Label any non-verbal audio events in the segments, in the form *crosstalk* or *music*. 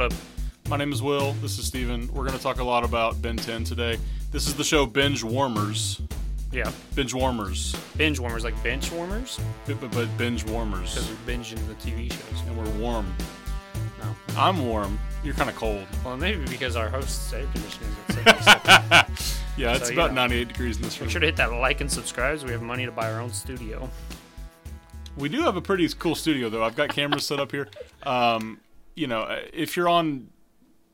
up? My name is Will. This is Steven. We're going to talk a lot about Ben 10 today. This is the show Binge Warmers. Yeah, Binge Warmers. binge warmers like bench warmers But, but, but Binge because Warmers. we binge into the TV shows. And we're warm. No, I'm warm. You're kind of *laughs* cold. well maybe because our host's air conditioning is *laughs* upset. yeah, it's So, you about know. 98 degrees in this room. Make sure to hit that like and subscribe. So we have money to buy our own studio. We do have a pretty cool studio, though. I've got cameras set up here. Um, you know, if you're on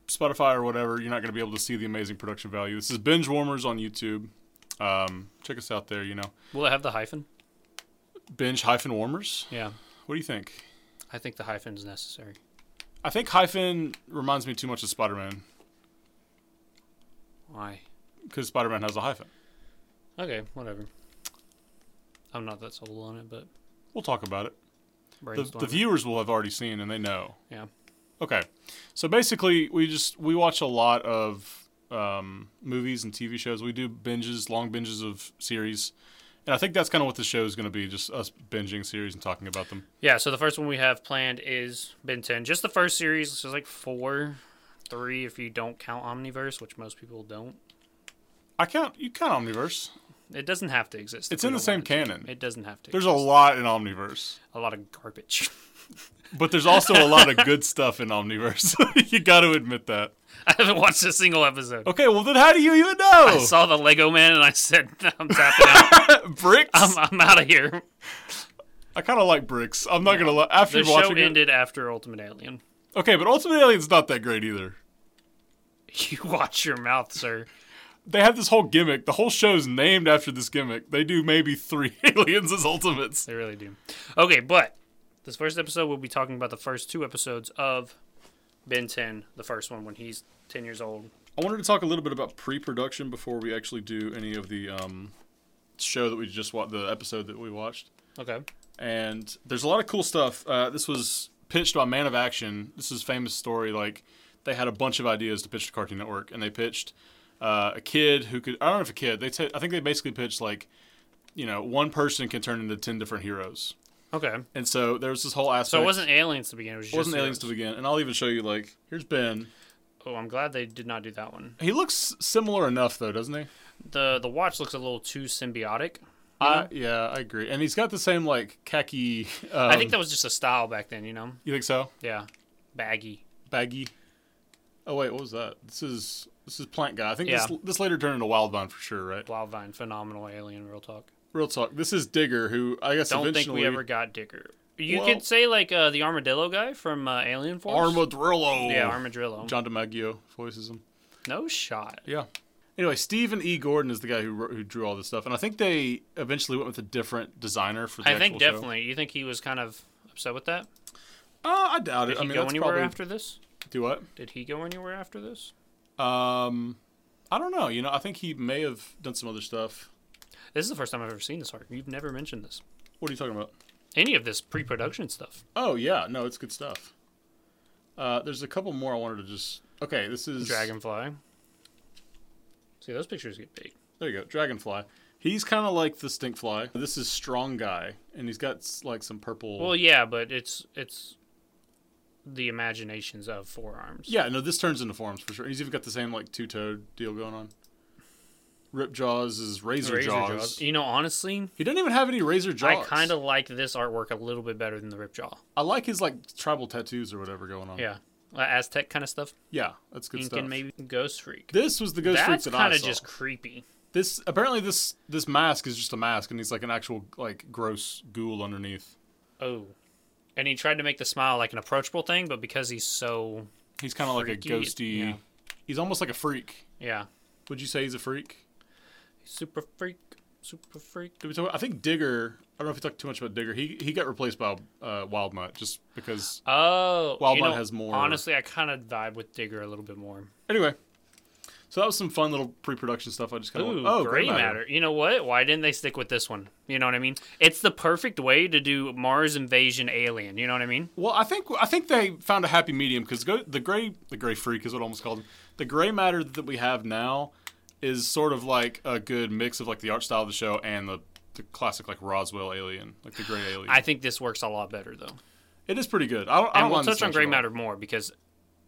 Spotify or whatever, you're not going to be able to see the amazing production value. This is Binge Warmers on YouTube. Um, check us out there. You know, Will it have the hyphen? Binge hyphen Warmers. Yeah, What do you think? I think the hyphen is necessary. I think hyphen reminds me too much of Spider Man Why? because Spider Man has a hyphen. Okay, whatever. I'm not that sold on it, but We'll talk about it. The, brainstorm. the viewers will have already seen and they know. Yeah, Okay, so basically, we just we watch a lot of um, movies and TV shows. We do binges, long binges of series, and I think that's kind of what the show is going to be—just us binging series and talking about them. yeah. So the first one we have planned is Ben 10. Just the first series. So it's like four, three if you don't count Omniverse, which most people don't. I count you count Omniverse. It doesn't have to exist. if It's we in the don't same want it to. canon. It doesn't have to. There's a exist. lot in Omniverse, a lot of garbage. *laughs* but there's also a lot of good stuff in Omniverse. *laughs* you got to admit that. I haven't watched a single episode. Okay, well then, how do you even know? I saw the Lego Man and I said, *laughs* "I'm *laughs* tapping out. bricks. I'm, I'm out of here." I kind of like bricks. I'm not gonna lie. After The show watching it, ended after Ultimate Alien. *laughs* okay, but ultimately it's not that great either. You watch your mouth, sir. they have this whole gimmick. The whole show's named after this gimmick. They do maybe three *laughs* aliens as ultimates. They really do. Okay, but this first episode we'll be talking about the first two episodes of Ben 10, the first one when he's 10 years old. I wanted to talk a little bit about pre-production before we actually do any of the um, show that we just watched, the episode that we watched. Okay. And there's a lot of cool stuff. Uh, this was pitched by Man of Action. This is a famous story. Like they had a bunch of ideas to pitch to Cartoon Network, and they pitched uh, a kid who could. I don't know if a kid. They t- I think they basically pitched like, you know, one person can turn into ten different heroes. Okay. And so there was this whole aspect. So it wasn't aliens to begin. It was just It wasn't aliens to begin, and I'll even show you. Like, here's Ben. Oh, I'm glad they did not do that one. He looks similar enough, though, doesn't he? The the watch looks a little too symbiotic. I, yeah, I agree. And he's got the same like khaki. Um, Uh-huh. I think that was just a style back then, you know? you think so? Yeah. Baggy. Baggy. Oh wait, what was that? This is this is Plant Guy. I think Yeah. this this later turned into Wildvine for sure, right? Wildvine, phenomenal alien, real talk. Real talk. This is Digger, who I guess Don't think eventually we ever got Digger. You Well- could say like uh, the armadillo guy from uh, Alien Force. Armadillo. yeah, armadillo. John DiMaggio voices him. no shot. Yeah. Anyway, Stephen E. Gordon is the guy who wrote- who drew all this stuff, and I think they eventually went with a different designer for the I think actual show. definitely. You think he was kind of upset with that? Uh, I doubt it. Did I he mean, go that's anywhere probably after this? do what? Did he go anywhere after this? Um, I don't know. You know, I think he may have done some other stuff. This is the first time I've ever seen this arc. You've never mentioned this. What are you talking about? Any of this pre-production stuff. Oh yeah, no, it's good stuff. Uh, there's a couple more I wanted to just. Okay, this is Dragonfly. See, those pictures get big. There you go, dragonfly. He's kind of like the stink fly. This is strong guy, and he's got s- like some purple. Well, yeah, but it's it's the imaginations of forearms. yeah, no, this turns into forms for sure. He's even got the same like two-toed deal going on. Rip jaws is razor, Razor jaws. jaws. You know, honestly, He doesn't even have any razor jaws. I kind of like this artwork a little bit better than the Ripjaw. I like his like tribal tattoos or whatever going on. Yeah. Uh, Aztec kind of stuff. yeah, that's good stuff. Incan maybe. Ghost Freak. This was the ghost freak That's that I kind saw. of just creepy. This apparently this this mask is just a mask, and he's like an actual like gross ghoul underneath. Oh. And he tried to make the smile like an approachable thing, but because he's so. He's kind of like a Freaky, ghosty. yeah. He's almost like a freak. Yeah. Would you say he's a freak? Super Freak. Super Freak. Did we talk? I think Digger. I don't know if we talked too much about Digger. He he got replaced by uh, Wild Mutt just because. Oh. Wild you Bud know, has more- Honestly, I kind of vibe with Digger a little bit more. Anyway, so that was some fun little pre-production stuff. I just kind of Ooh, oh gray matter. You know what? Why didn't they stick with this one? You know what I mean? It's the perfect way to do Mars Invasion Alien. You know what I mean? Well, I think I think they found a happy medium because the gray the gray freak is what I almost called him. The gray matter that we have now is sort of like a good mix of like the art style of the show and the, the classic like Roswell alien, like the gray alien. I think this works a lot better though. it is pretty good. I don't. I don't And we'll mind this touch on much gray at all. matter more because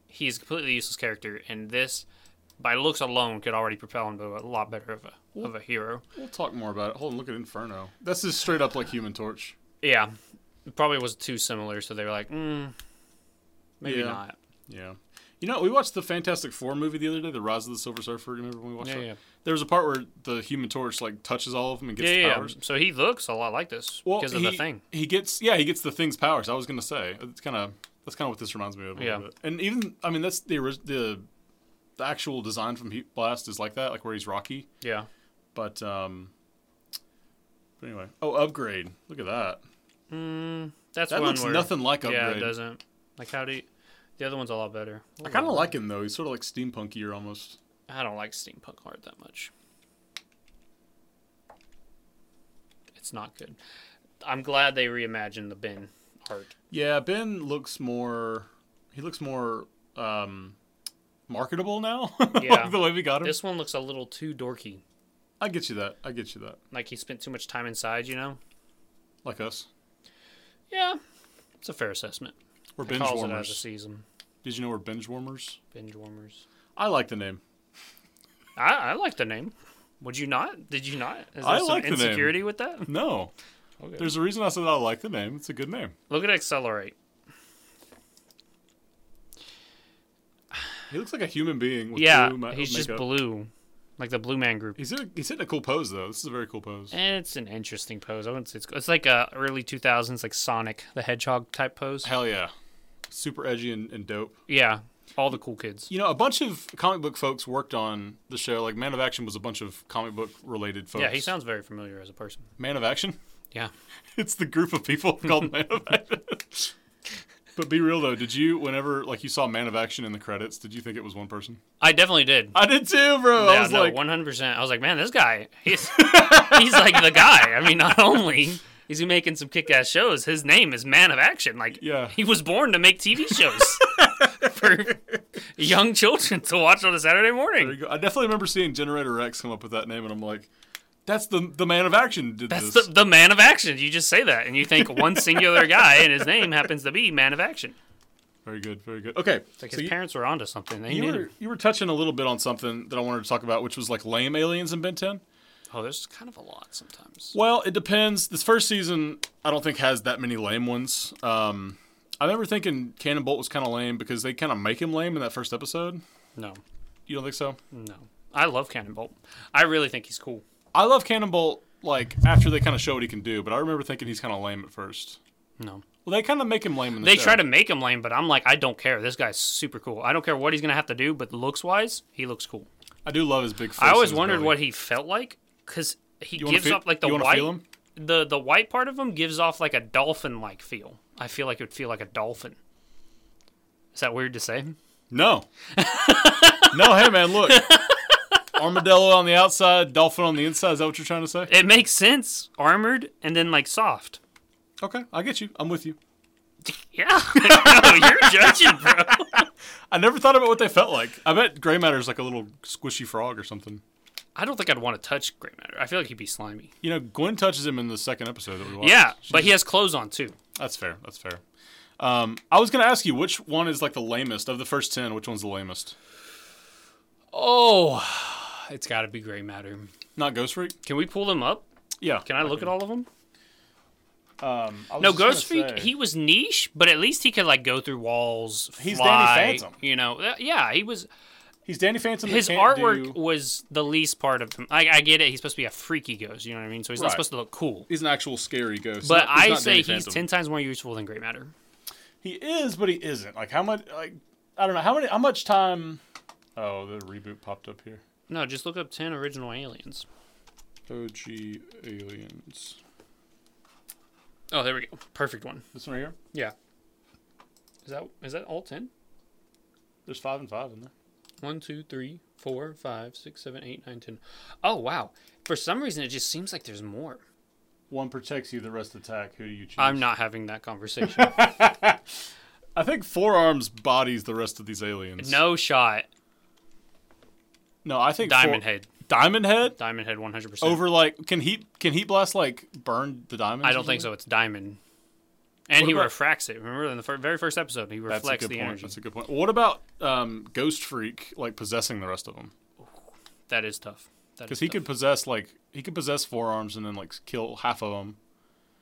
he is a completely useless character, and this, by looks alone, could already propel him to a lot better of a of a hero. We'll talk more about it. Hold on, look at Inferno. That's just straight up like Human Torch. Yeah, it probably was too similar, so they were like, mm, maybe Yeah. not. Yeah. You know, we watched the Fantastic Four movie the other day, The Rise of the Silver Surfer. Remember when we watched Yeah, that? yeah. There was a part where the Human Torch like touches all of them and gets Yeah, the yeah. powers. So he looks a lot like this Well, because he, of the thing. he gets yeah, he gets the thing's powers. I was gonna say it's kind of that's kind of what this reminds me of. A Yeah. little bit. and even I mean that's the orig- the the actual design from Heat Blast is like that, like where he's Rocky. Yeah. But um, but anyway, oh upgrade, look at that. Mm, that's That one looks where nothing like upgrade. yeah, it doesn't. Like how do you, the other one's a lot better. I kind of like him though. He's sort of like steampunkier almost. I don't like steampunk art that much. It's not good. I'm glad they reimagined the Ben art. Yeah, Ben looks more. He looks more um, marketable now. *laughs* Yeah. like the way we got him. This one looks a little too dorky. I get you that. I get you that. Like he spent too much time inside, you know? Like us, Yeah. It's a fair assessment. we're I binge calls it as a warmers. season. Did you know we're binge warmers? Binge warmers. I like the name. I, I like the name. Would you not? Did you not? Is there I some like the name. insecurity with that? No, Okay. there's a reason I said I like the name. It's a good name. Look at accelerate. He looks like a human being. With yeah, blue ma- he's just makeup. blue, like the Blue Man Group. He's in a, he's hitting a cool pose though. This is a very cool pose. Eh, It's an interesting pose. I wouldn't say it's it's like a early two thousands like Sonic the Hedgehog type pose. Hell yeah, super edgy and, and dope. Yeah, all the cool kids. You know, a bunch of comic book folks worked on the show. Like Man of Action was a bunch of comic book related folks. Yeah, he sounds very familiar as a person. Man of Action. *laughs* Yeah, it's the group of people *laughs* called Man of Action. *laughs* but be real though, did you whenever like you saw Man of Action in the credits, did you think it was one person? I definitely did. I did too, bro. I yeah, was no, like, one hundred percent. I was like, man, this guy, *laughs* he's he's like the guy. I mean, not only is he making some kick ass shows, his name is Man of Action. Like, Yeah. he was born to make TV shows *laughs* for young children to watch on a Saturday morning. There you go. I definitely remember seeing Generator X come up with that name, and I'm like, that's the the man of action did That's this. the, the man of action. You just say that, and you think *laughs* one singular guy, and his name happens to be man of action. very good, very good. Okay, It's like so his you, parents were onto something. They you knew. were you were touching a little bit on something that I wanted to talk about, which was like lame aliens in Ben 10. Oh, there's kind of a lot sometimes. Well, it depends. This first season, I don't think has that many lame ones. Um, I remember thinking Cannon Bolt was kind of lame because they kind of make him lame in that first episode. No, You don't think so? no. I love Cannonball. I really think he's cool. I love Cannon Bolt. Like after they kind of show what he can do, but I remember thinking he's kind of lame at first. No, Well, they kind of make him lame in the they show. try to make him lame, but I'm like, I don't care. This guy's super cool. I don't care what he's gonna have to do, but looks wise, he looks cool. I do love his big. Face I always and his wondered belly. what he felt like because he You wanna gives feel- off like the you wanna white, Feel him? the the white part of him gives off like a dolphin like feel. I feel like it would feel like a dolphin. Is that weird to say? No. no, hey man, look. Armadillo on the outside, dolphin on the inside. Is that what you're trying to say? It makes sense. Armored and then like soft. Okay, I get you. I'm with you. Yeah. *laughs* no, you're judging, bro. I never thought about what they felt like. I bet gray matter's like a little squishy frog or something. *laughs* I don't think I'd want to touch Grey Matter. I feel like he'd be slimy. You know, Gwen touches him in the second episode that we watched. Yeah, but he has clothes on too. that's fair. That's fair. Um, I was gonna ask you which one is like the lamest of the first ten. Which one's the lamest? Oh, it's got to be Grey Matter. Not Ghost Freak. Can we pull them up? Yeah. Can I look at all of them? Um, I was No, just gonna Ghost Freak, say- he was niche, but at least he could like go through walls. He's fly, Danny Phantom. You know, Uh, yeah, he was. he's Danny Phantom. that His can't artwork do- was the least part of him. I, I get it. He's supposed to be a freaky ghost. You know what I mean? So he's Right. not supposed to look cool. he's an actual scary ghost. But Not- he's I not say Danny he's Phantom. ten times more useful than Grey Matter. He is, but he isn't. Like how much? Like I don't know how many. How much time? Oh, the reboot popped up here. No, just look up 10 original aliens. OG aliens. Oh, there we go. Perfect one. This one right here. Yeah. Is that is that all 10? There's five and five in there. 1, 2, 3, 4, 5, 6, 7, 8, 9, 10. Oh, wow. For some reason, it just seems like there's more. One protects you, the rest attack. Who do you choose? I'm not having that conversation. *laughs* I think forearms bodies the rest of these aliens. no shot. no, I think Diamond four- Head. Diamond head Diamond Head 100%. over like can heat can heat blast like burn the diamond? I don't think so. It's Diamond. And What he about- refracts it. Remember in the fir- very first episode, he That's a reflects good the point. energy. That's a good point. What about um, Ghost Freak like possessing the rest of them? That is tough. That Because is he tough. could possess like he could possess forearms and then like kill half of them.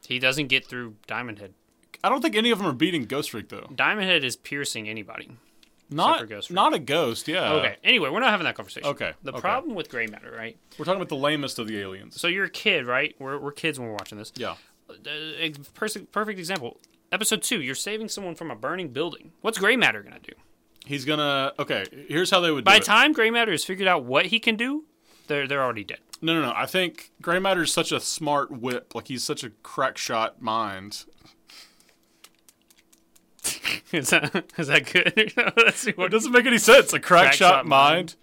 He doesn't get through Diamond Head. I don't think any of them are beating Ghost Freak though. Diamond Head is piercing anybody. Not for Ghost Freak. not a ghost. Yeah. Okay. Anyway, we're not having that conversation. Uh, Okay, The okay. problem with gray matter, right? We're talking about the lamest of the aliens. So you're a kid, right? We're, we're kids when we're watching this. Yeah. Uh, ex- pers- perfect example. Episode two, you're saving someone from a burning building. What's gray matter gonna do? He's gonna. Okay. Here's how they would. By do the it. time gray matter has figured out what he can do, they're they're already dead. *laughs* No, no, no. I think Gray Matter is such a smart whip. Like he's such a crack shot mind. is that is that good? *laughs* Let's see It what- Did doesn't make any sense. A crack, shot, mind.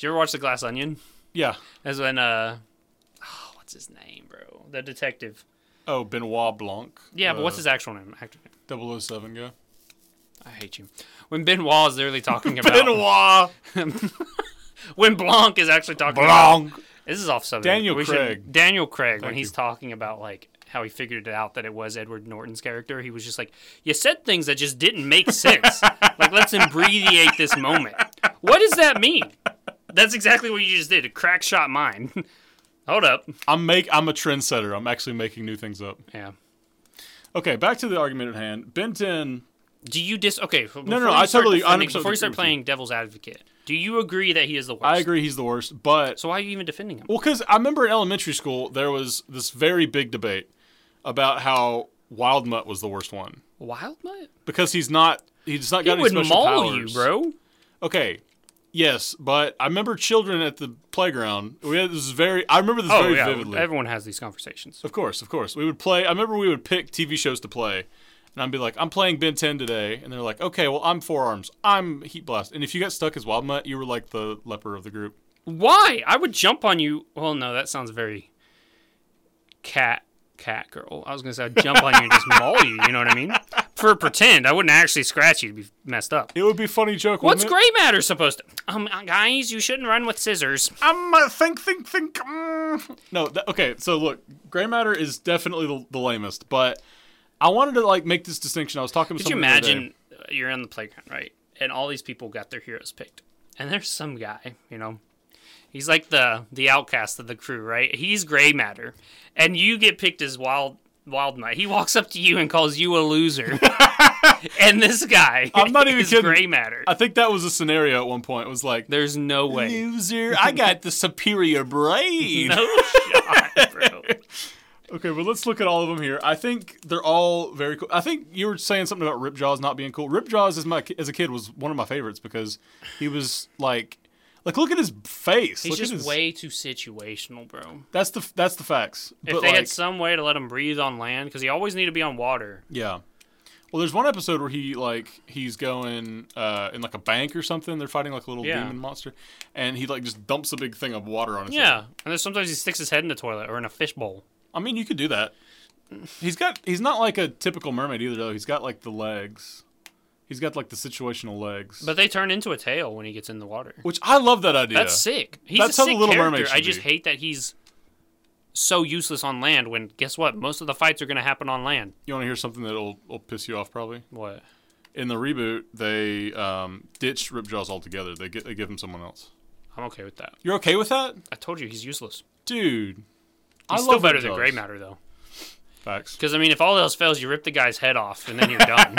you ever watch The Glass Onion? Yeah. That's when uh, oh, what's his name, bro? The detective. Oh, Benoit Blanc. Uh, Yeah, but what's his actual name? Actor name. 007 guy? I hate you. When Ben Wall is *laughs* literally talking about Benoit when Blanc is actually talking about Blanc. This is off subject. Daniel We should- Craig. Daniel Craig, when he's you. talking about like how he figured it out that it was Edward Norton's character, he was just like, "You said things that just didn't *laughs* make sense. like, let's imbreviate this moment. What does that mean? That's exactly what you just did. A crack shot mine. *laughs* Hold up. I'm make. I'm a trendsetter. I'm actually making new things up. Yeah. Okay, back to the argument at hand. Benton. Do you dis? Okay. No, no, I totally- I Defending, 100% before you agree start with playing devil's advocate, do you agree that he is the worst? I agree he's the worst, but So why are you even defending him? Well, because I remember in elementary school there was this very big debate about how Wild Mutt was the worst one Wild Mutt? because he's not he's not He got any would special maul powers, you, bro. Okay, yes, but I remember children at the playground. We had this very I remember this Oh very yeah. vividly. Everyone has these conversations. of course, of course, we would play. I remember we would pick TV shows to play. And I'd be like, I'm playing Ben 10 today, and they're like, okay, well, I'm forearms, I'm heat blast, and if you got stuck as Wild Mutt, you were like the leper of the group. Why? I would jump on you. Well, no, that sounds very cat cat girl. I was gonna say I'd jump on you and just maul you. You know what I mean? For pretend, I wouldn't actually scratch you to be messed up. It would be a funny joke. What's wouldn't it? gray matter supposed to? Um, uh, guys, you shouldn't run with scissors. Um, uh, think, think, think. mm. No, th- okay. So look, gray matter is definitely the, the lamest, but I wanted to like make this distinction. I was talking. With Could you someone the other imagine day. uh, you're on the playground, right? And all these people got their heroes picked, and there's some guy, you know, he's like the the outcast of the crew, right? He's gray matter, and you get picked as wild wild mutt. He walks up to you and calls you *laughs* a loser, and this guy, I'm not even is kidding. Gray matter. I think that was a scenario at one point. It was like, There's no *laughs* way. loser, I got the superior brain. No shot, bro. *laughs* Okay, but let's look at all of them here. I think they're all very cool. I think you were saying something about Ripjaws not being cool. Ripjaws as my as a kid was one of my favorites because he was like, like look at his face. He's Look at just his- way too situational, bro. That's the that's the facts. If but they like, had some way to let him breathe on land, because he always need to be on water. Yeah. Well, there's one episode where he like he's going uh, in like a bank or something. They're fighting like a little Yeah. demon monster, and he like just dumps a big thing of water on his. head. Yeah, and then sometimes he sticks his head in the toilet or in a fishbowl. I mean, you could do that. He's got he's not like a typical mermaid either though. He's got like the legs. He's got like the situational legs. But they turn into a tail when he gets in the water. which I love that idea. That's sick. He's That's a how The sick Little character. Mermaid should I just be. hate that he's so useless on land. When guess what? Most of the fights are going to happen on land. You want to hear something that'll will piss you off probably? What? In the reboot, they um, ditched Ripjaws altogether. They get they give him someone else. I'm okay with that. You're okay with that, I told you he's useless. dude? I He's still love better than Ripjaws. gray matter though. Facts. Because I mean, if all else fails, you rip the guy's head off and then *laughs* you're done.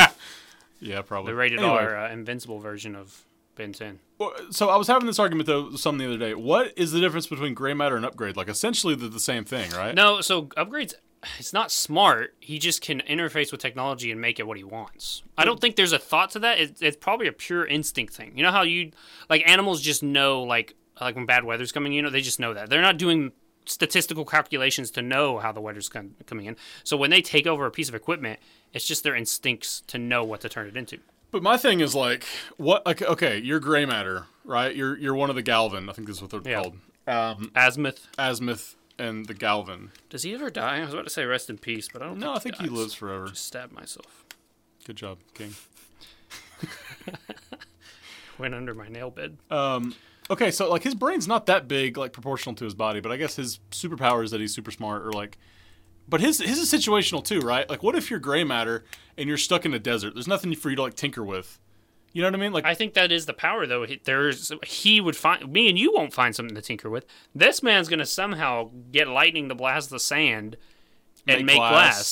Yeah, probably. the rated Anyway. R uh, invincible version of Ben 10. Well, So I was having this argument though with some the other day. What is the difference between gray matter and upgrade? Like essentially they're the same thing, right? No, so upgrades. It's not smart. He just can interface with technology and make it what he wants. I don't think there's a thought to that. It's, it's probably a pure instinct thing. You know how you like animals just know like like when bad weather's coming. You know they just know that they're not doing statistical calculations to know how the weather's com- coming in. So when they take over a piece of equipment, it's just their instincts to know what to turn it into. But my thing is like what like okay, you're gray matter, right? You're you're one of the Galvin, I think that's what they're Yeah. called. Azimuth. Azimuth and the Galvin. Does he ever die? I was about to say rest in peace, but I don't. No, I think he dies. lives forever. Stabbed myself. Good job, King. Went under my nail bed. Okay, so like his brain's not that big, like proportional to his body, but I guess his superpower is that he's super smart or like But his his is situational too, right? Like, what if you're gray matter and you're stuck in a desert? There's nothing for you to like tinker with. You know what I mean? Like, I think that is the power, though. He- There's he would find me and you won't find something to tinker with. This man's gonna somehow get lightning to blast the sand and Make make, glass.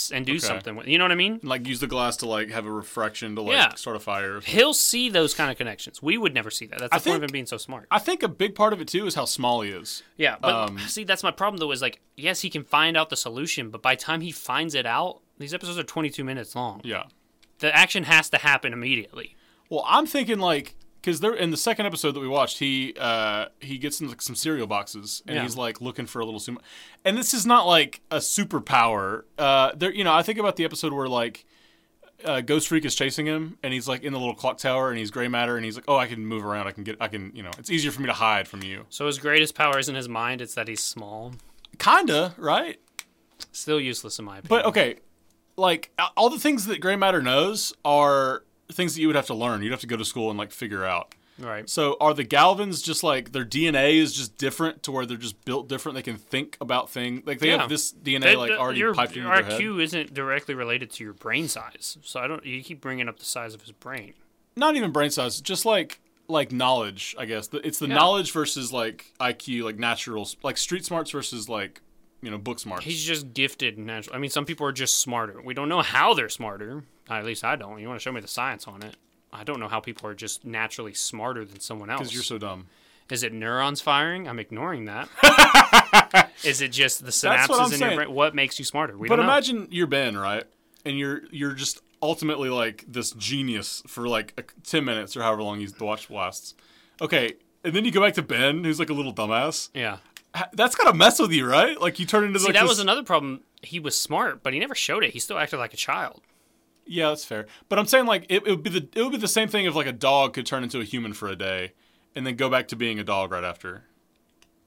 glass. and do Okay. something with. You know what I mean? like use the glass to like have a refraction to like Yeah. start a fire. Or something. He'll see those kind of connections. We would never see that. That's the I point of think- him being so smart. I think a big part of it too is how small he is. yeah, but um, see, that's my problem though. Is like, yes, he can find out the solution, but by the time he finds it out, these episodes are 22 minutes long. Yeah. The action has to happen immediately. Well, I'm thinking like because they're in the second episode that we watched, he uh he gets in like some cereal boxes and Yeah. he's like looking for a little sumo. And this is not like a superpower. Uh, there, you know, I think about the episode where like. Uh, Ghost Freak is chasing him, and he's like in the little clock tower, and he's gray matter, and he's like, "Oh, I can move around. I can get. I can. You know, it's easier for me to hide from you." So his greatest power isn't his mind; it's that he's small. Kinda, right? Still useless in my opinion. But okay, like a- all the things that gray matter knows are things that you would have to learn. You'd have to go to school and like figure out. right. So are the Galvins just like their DNA is just different to where they're just built different? They can think about things like they Yeah. have this DNA That- like that- already your piped into their head. RQ isn't directly related to your brain size, so I don't. You keep bringing up the size of his brain. Not even brain size, just like like knowledge. I guess The- it's the Yeah. knowledge versus like IQ, like natural, like street smarts versus like you know book smarts. He's just gifted and natural. I mean, some people are just smarter. We don't know how they're smarter. Uh, At least I don't. You want to show me the science on it? I don't know how people are just naturally smarter than someone else. Because you're so dumb. Is it neurons firing? I'm ignoring that. *laughs* Is it just the That's what I'm synapses in your saying. brain? What makes you smarter? We But don't know. imagine you're Ben, right? And you're you're just ultimately like this genius for like a, ten minutes or however long he's the watch lasts. Okay, and then you go back to Ben, who's like a little dumbass. yeah. Ha- That's gotta mess with you, right? Like you turn into See, like that this- was another problem. He was smart, but he never showed it. He still acted like a child. yeah, that's fair. But I'm saying like it, it would be the it would be the same thing if like a dog could turn into a human for a day and then go back to being a dog right after.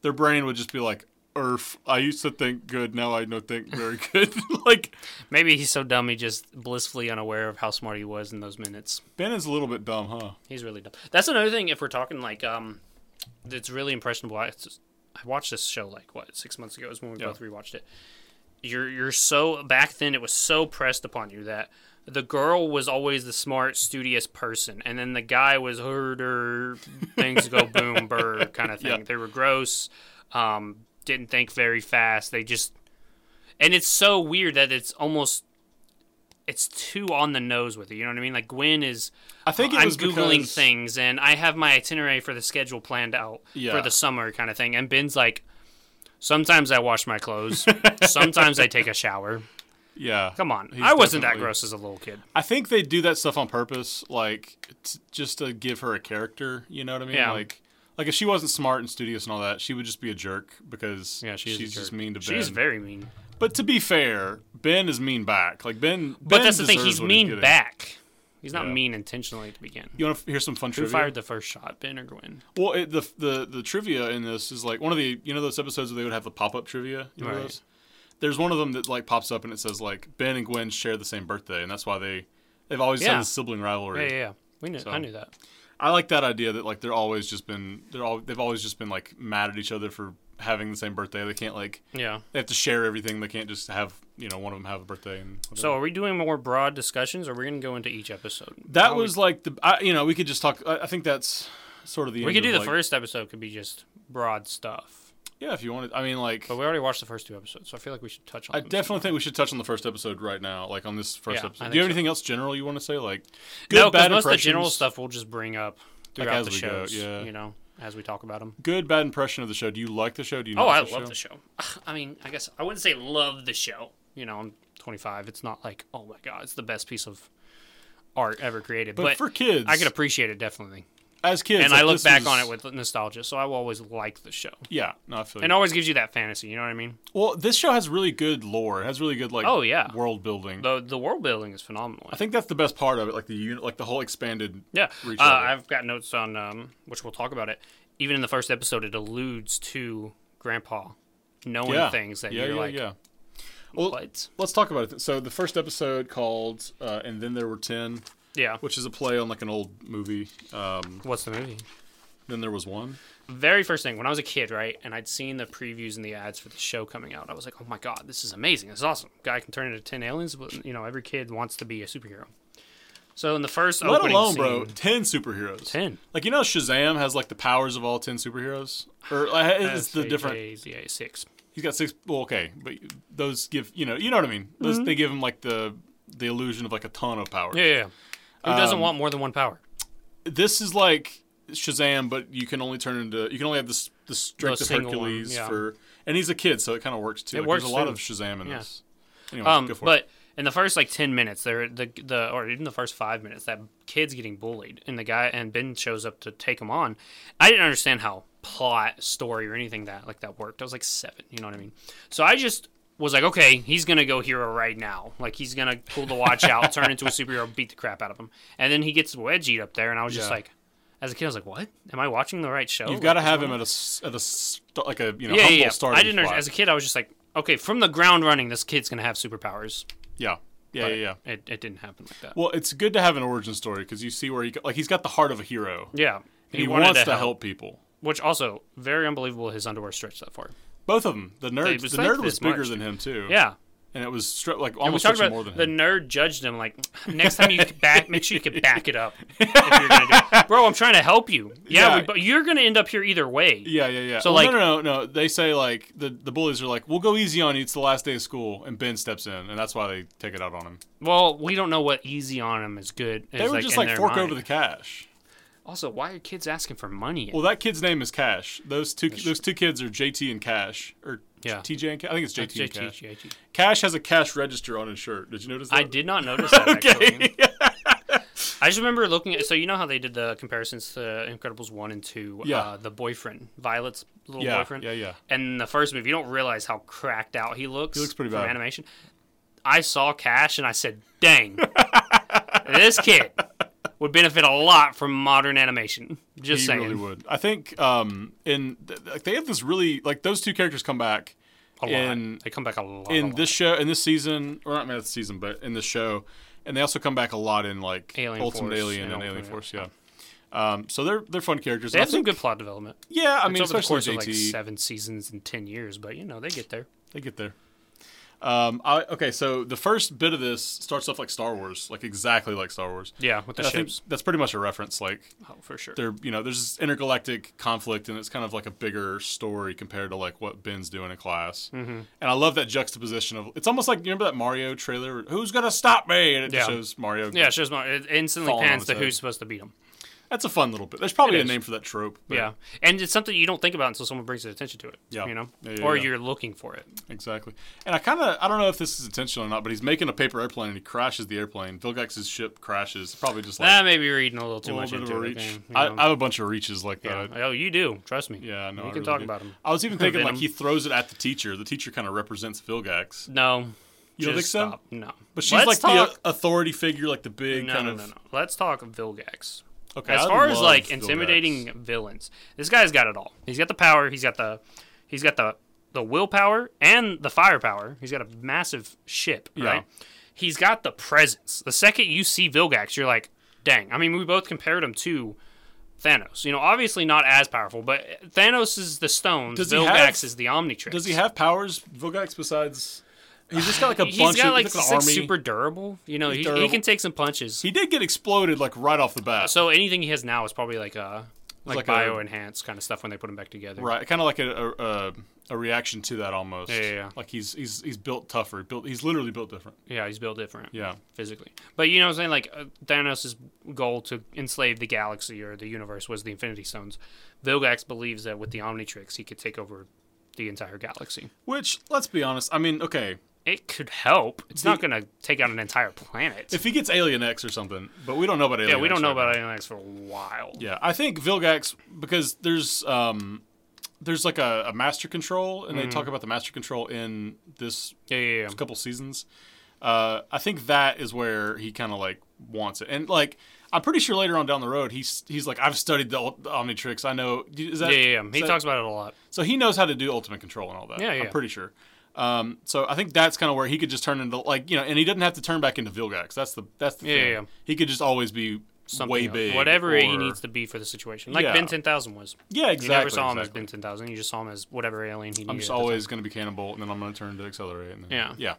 Their brain would just be like, "Erf, I used to think good, now I don't think very good." *laughs* like Maybe he's so dumb he just blissfully unaware of how smart he was in those minutes. Ben is a little bit dumb, huh? He's really dumb. That's another thing. If we're talking like um, that's really impressionable. I, it's just- I watched this show like what six months ago is when we both rewatched it. You're you're so back then it was so pressed upon you that the girl was always the smart, studious person, and then the guy was herder, things go boom burr kind of thing. Yeah. They were gross, um, didn't think very fast. They just and it's so weird that it's almost it's too on the nose with it. You know what I mean? Like Gwen is I think it I'm was googling because- things and I have my itinerary for the schedule planned out Yeah. for the summer kind of thing. And Ben's like, sometimes I wash *laughs* my clothes, sometimes I take a shower. Yeah. Come on, He's I wasn't that definitely- gross as a little kid. I think they do that stuff on purpose, like t- just to give her a character. You know what I mean? Yeah. Like, like if she wasn't smart and studious and all that, she would just be a jerk because Yeah, she's, she's just mean to Ben. She's very mean. but to be fair, Ben is mean back. Like Ben, But Ben that's the thing; deserves he's what mean getting. back. He's not Yeah. mean intentionally to begin. You want to hear some fun Who trivia? fired the first shot, Ben or Gwen? Well, it, the, the the trivia in this is like one of the you know those episodes where they would have the pop up trivia. You know Right. those? There's one of them that like pops up and it says like Ben and Gwen share the same birthday, and that's why they they've always Yeah. had this sibling rivalry. Yeah, yeah, yeah. We knew. I knew that. I like that idea that like they're always just been they're all they've always just been like mad at each other for having the same birthday. They can't like Yeah. they have to share everything. They can't just have you know one of them have a birthday. And whatever. So, are we doing more broad discussions, or we are going to go into each episode? that was like the I, you know we could just talk. I, I think that's sort of the We end could do of, the like- first episode. Could be just broad stuff. yeah if you wanted. I mean like But we already watched the first two episodes, so I feel like we should touch on. I them. definitely think we should touch on the first episode right now, like on this first Yeah, I episode. think Do you so. have anything else general you want to say? Like good, no, because bad most of the general impressions? stuff we'll just bring up throughout as the we go, shows. yeah. You know, as we talk about them. Good, bad impression of the show. Do you like the show? Do you? Oh, not I like the love show? the show. I mean, I guess I wouldn't say love the show. You know, I'm 25. It's not like oh my god, it's the best piece of art ever created. But, But, for kids, I could appreciate it definitely, as kids, and like, I look this back was- on it with nostalgia. So I will always like the show, yeah. No, I feel you. and it always gives you that fantasy. You know what I mean? Well, this show has really good lore. It has really good like Oh, yeah. world building. The the world building is phenomenal. I think that's the best part of it, like the unit, like the whole expanded. Yeah, reach uh, out. I've got notes on um, which we'll talk about it. Even in the first episode, it alludes to Grandpa knowing Yeah. things that yeah, you're yeah, like, yeah. Well, what? let's talk about it. So the first episode called uh, "And Then There Were Ten, Yeah. which is a play on like an old movie. Um, What's the movie? Then there was one. very first thing when I was a kid, right, and I'd seen the previews and the ads for the show coming out, I was like, "Oh my god, this is amazing! This is awesome! Guy can turn into ten aliens." But you know, every kid wants to be a superhero. So in the first, Let opening alone, scene, bro, ten superheroes. 10. Like you know, Shazam has like the powers of all ten superheroes, or like, it's the different. Yeah, six. He's got six. Well, okay, but those give you know you know what I mean. Those Mm-hmm. they give him like the the illusion of like a ton of power. Yeah, yeah. yeah. Who Um, doesn't want more than one power? This is like Shazam, but you can only turn into you can only have this the strength The of single one, Hercules yeah. for, and he's a kid, so it kind of works too. It Like, works There's a lot too. of Shazam in Yeah. this. Anyway, Um, go for it. but in the first like ten minutes, there the the or even the first five minutes, that kid's getting bullied, and the guy and Ben shows up to take him on. I didn't understand how plot, story, or anything that like that worked. I was like seven, you know what I mean? So I just was like, okay, he's gonna go hero right now. Like he's gonna pull the *laughs* watch out, turn into a superhero, beat the crap out of him, and then he gets wedgied up there, and I was just Yeah. like, as a kid, I was like, what? Am I watching the right show? You've got to have him at a s- at a st- like a you know Oh, yeah, humble yeah, yeah. starting I didn't spot. understand. as a kid. I was just like, okay, from the ground running, this kid's gonna have superpowers. yeah, yeah, yeah, yeah. It, it didn't happen like that. Well, it's good to have an origin story because you see where he go- like he's got the heart of a hero. Yeah. He, wanted wants to help. people. Which also, very unbelievable his underwear stretched that far. Both of them. The nerd, It was the like nerd was this bigger much. than him too. Yeah. and it was stri- like We almost talked stretching about more than the him. nerd judged *laughs* him like next time you c- back make sure you can back it up. if you're gonna do it. Bro, I'm trying to help you. Yeah, Yeah. We, but you're gonna end up here either way. Yeah, yeah, yeah. So, Well, like- no, no, no, no. They say like the the bullies are like, "We'll go easy on you." It's the last day of school, and Ben steps in, and that's why they take it out on him. Well, we don't know what easy on him is good. They is, were just in like their fork mind. over the cash. Also, why are kids asking for money? Well, that kid's name is Cash. Those two those two kids are JT and Cash, or Yeah. TJ and Cash. I think it's JT, JT, and Cash. JT. Cash has a cash register on his shirt. Did you notice that? I did not notice that. Actually. *laughs* I just remember looking at. So you know how they did the comparisons to Incredibles one and two. Yeah. Uh, the boyfriend, Violet's little Yeah, boyfriend. yeah, yeah. And the first movie, you don't realize how cracked out he looks. He looks pretty from bad. Animation. I saw Cash and I said, "Dang, *laughs* this kid would benefit a lot from modern animation." Just He saying. really would. I think um in th- like they have this really like those two characters come back A lot. in they come back a lot. a in lot. this show in this season or not not this season but in this show and they also come back a lot in like Alien Ultimate Force Alien and and, Alien Ultimate- Force yeah. Um, so they're they're fun characters. they I have some think- good plot development. yeah, I mean it's over the especially course JT of like seven seasons and ten years, but you know they get there. they get there. Um, I, okay, so the first bit of this starts off like Star Wars, like exactly like Star Wars. Yeah, with the And I think ships. that's pretty much a reference. Like Oh, for sure. they're you know there's this intergalactic conflict and it's kind of like a bigger story compared to like what ben's doing in class mm-hmm. and i love that juxtaposition of it's almost like you remember that mario trailer who's gonna stop me and it just Yeah. shows mario Yeah, it shows more. It instantly Falling on pans its to head. who's supposed to beat him. that's a fun little bit there's probably It a is. name for that trope but Yeah, and it's something you don't think about until someone brings attention to it. Yeah. you know, Yeah, yeah, or yeah. you're looking for it. exactly and i kind of i don't know if this is intentional or not but he's making a paper airplane and he crashes the airplane vilgax's ship crashes probably just like that may be reading a little too a much little bit into of a it. reach okay, you I, know. I have a bunch of reaches like that Yeah. Oh, you do. Trust me. yeah, no, we I can really talk do. about him. I was *laughs* even thinking like Venom. he throws it at the teacher. The teacher kind of represents Vilgax. No, You don't just think so? stop. No, But she's Let's like talk. the authority figure, like the big no, kind no, of. no, no. Let's talk Vilgax. Okay, As I far as love like Vilgax. intimidating villains, this guy's got it all. He's got the power. He's got the, he's got the the willpower and the firepower. He's got a massive ship, Yeah. right? He's got the presence. The second you see Vilgax, you're like, dang. I mean, we both compared him to Thanos. You know, obviously not as powerful, but Thanos is the stones. Does he Vilgax have- is the Omnitrix. Does he have powers, Vilgax? Besides, he's just got like a He's bunch got of like, he's he's an like army. super durable. You know, he, he durable. can take some punches. He did get exploded like right off the bat. so anything he has now is probably like a like, like a- bio enhanced kind of stuff when they put him back together. right, kind of like a, a, a a reaction to that almost. Yeah, yeah, yeah. Like he's he's he's built tougher. Built. He's literally built different. Yeah, he's built different. Yeah. Physically. But you know what I'm saying? Like, uh, Thanos' goal to enslave the galaxy or the universe was the Infinity Stones. Vilgax believes that with the Omnitrix, he could take over the entire galaxy. Which let's be honest. I mean, okay, It could help. It's not going to take out an entire planet. if he gets Alien X or something, but we don't know about Alien. yeah, we X don't know right now. about Alien X for a while. Yeah, I think Vilgax because there's um there's like a, a master control, and they talk about the master control in this Mm-hmm. Yeah, yeah, yeah. couple seasons. Uh, I think that is where he kind of like wants it, and like I'm pretty sure later on down the road he's he's like I've studied the, ult- the Omnitrix. I know is Yeah, that yeah, yeah. He so, talks about it a lot. so he knows how to do ultimate control and all that. Yeah, yeah. I'm pretty sure. Um, so I think that's kind of where he could just turn into like you know, and he doesn't have to turn back into Vilgax. That's the that's the Yeah, thing. yeah, yeah. He could just always be something way else. big, whatever he or- needs to be for the situation. Like Yeah. Ben Ten Thousand was. Yeah, You exactly. never saw him as exactly. Ben Ten Thousand. You just saw him as whatever alien he needed. I'm just at the time. always going to be Cannibal, and then I'm going to turn to Accelerate. And then, Yeah. Yeah.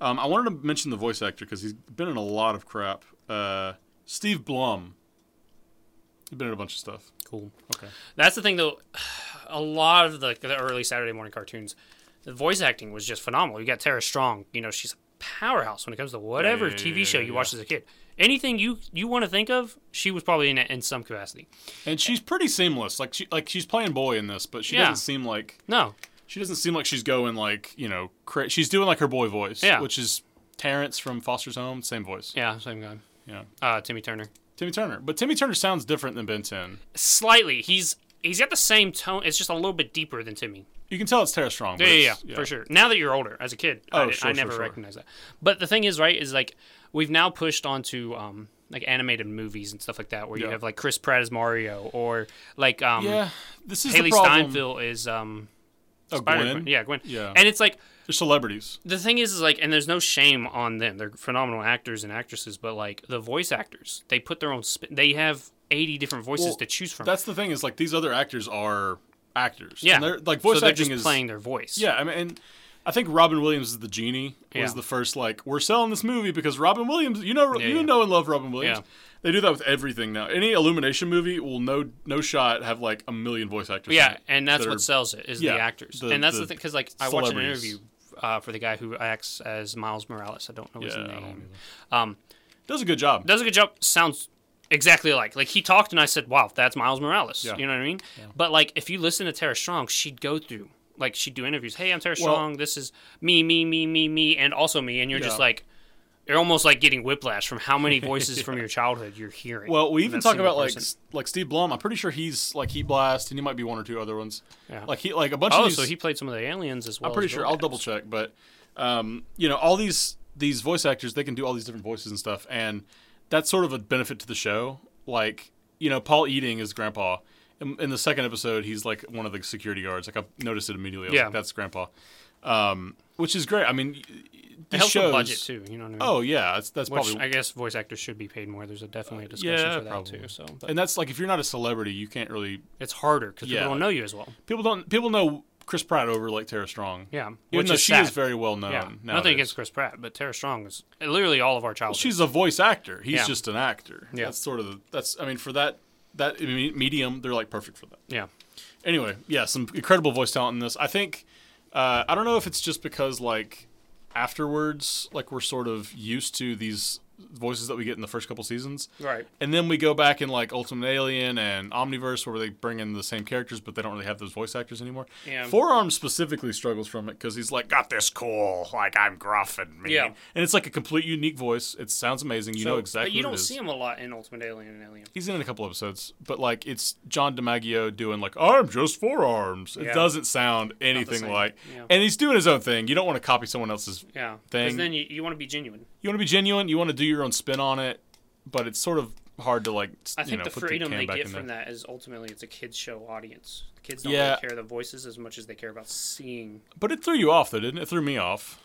Um, I wanted to mention the voice actor because he's been in a lot of crap. Uh, Steve Blum. He's been in a bunch of stuff. cool. *sighs* Okay. That's the thing, though. *sighs* A lot of the, the early Saturday morning cartoons, the voice acting was just phenomenal. You got Tara Strong. You know, she's a powerhouse when it comes to whatever Yeah, yeah, TV yeah, show yeah, you watched as a kid. Anything you you want to think of, she was probably in it in some capacity. And she's pretty seamless. Like she, like she's playing boy in this, but she Yeah. doesn't seem like No, she doesn't seem like she's going like you know. Cra- she's doing like her boy voice, Yeah. which is Terrence from Foster's Home, same voice. yeah, same guy. Yeah. Uh, Timmy Turner. Timmy Turner, but Timmy Turner sounds different than Ben 10. Slightly, he's he's got the same tone. It's just a little bit deeper than Timmy. You can tell it's Tara Strong. but Yeah, yeah, it's- yeah, for sure. Now that you're older, as a kid, Oh, I, did- sure, I sure, never sure. recognized that. But the thing is, right, is like we've now pushed onto um, like animated movies and stuff like that, where you Yeah. have like Chris Pratt as Mario, or like um, Yeah, this is Haley the problem. Steinfeld is um, Oh, Spider- Gwen. yeah, Gwen, Yeah. and it's like They're celebrities. the thing is, is like, and there's no shame on them; they're phenomenal actors and actresses, but like the voice actors, they put their own spin. They have 80 different voices Well, to choose from. That's the thing is like these other actors are actors. yeah, and they're, like voice so they're acting just is playing their voice. Yeah, I mean, and I think Robin Williams is the genie. Yeah. Was the first like we're selling this movie because Robin Williams. You know, Yeah, you yeah. know and love Robin Williams. Yeah. They do that with everything now. Any Illumination movie will no no shot have like a million voice actors. in Yeah, it. and that's that what are- sells it is yeah, the actors, the- and that's the, the thing because like I watched an celebrities. interview uh, for the guy who acts as Miles Morales. I don't know his Yeah, I don't name. Um, does a good job. does a good job. Sounds exactly like like he talked, and I said, "Wow, that's Miles Morales." Yeah. You know what I mean? But like if you listen to Tara Strong, she'd go through like she'd do interviews. Hey, I'm Tara Well- Strong. This is me, me, me, me, me, and also me. And you're just Yeah. like. You're almost like getting whiplash from *laughs* how many voices from your childhood you're hearing. Well, we from even that talk single about like person. s- like Steve Blum. I'm pretty sure he's like Heat Blast, and he might be one or two other ones. Yeah. Like he like a bunch of oh, these. so he played some of the aliens as well. I'm pretty as sure. Bill I'll Gates. double check, but um, you know, all these these voice actors, they can do all these different voices and stuff, and that's sort of a benefit to the show. Like, you know, Paul Eating is Grandpa. In, in the second episode, he's like one of the security guards. Like I noticed it immediately. I was Yeah. like, that's Grandpa, um, which is great. I mean, y- y- It these helps shows. the budget too. You know what I mean? Oh yeah, that's that's Which probably I guess voice actors should be paid more. There's a definitely a discussion yeah, for that probably. too. So but and that's like if you're not a celebrity, you can't really it's harder because Yeah. people don't know you as well. people don't people know Chris Pratt over like Tara Strong. Yeah, even which though is she sad. is very well known. yeah. nowadays. Nothing against Chris Pratt, but Tara Strong was literally all of our childhood. she's a voice actor. He's Yeah. just an actor. Yeah. That's sort of the, that's I mean for that that me- medium they're like perfect for that. yeah, Anyway, yeah, some incredible voice talent in this. I think uh, I don't know if it's just because like afterwards like we're sort of used to these voices that we get in the first couple seasons. right. And then we go back in like Ultimate Alien and Omniverse where they bring in the same characters but they don't really have those voice actors anymore. Yeah. Forearm specifically struggles from it cuz he's like got this cool like I'm gruff and mean. Yeah. And it's like a complete unique voice. It sounds amazing. You know exactly But uh, you what it don't is. see him a lot in Ultimate Alien and Alien. He's in a couple episodes, but like it's John DiMaggio doing like I'm just forearms. It Yeah. doesn't sound anything same. like, Yeah. and he's doing his own thing. You don't want to copy someone else's. Yeah, Thing. because then you, you want to be genuine. You want to be genuine. You want to do your own spin on it, but it's sort of hard to like. I think you know, the put freedom the can they back get in from there. that is ultimately it's a kids show audience. The kids don't Yeah. really care the voices as much as they care about seeing But it threw you off, though, didn't it? It threw me off.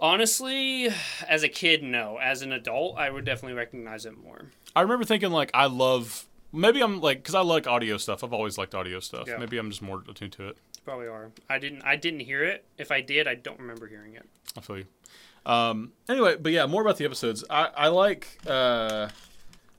Honestly, as a kid, no. As an adult, I would definitely recognize it more. I remember thinking like I love. Maybe I'm like because I like audio stuff. I've always liked audio stuff. Yeah. Maybe I'm just more attuned to it. You probably are. I didn't. I didn't hear it. If I did, I don't remember hearing it. I feel you. Um, anyway, but yeah, more about the episodes. I, I like uh,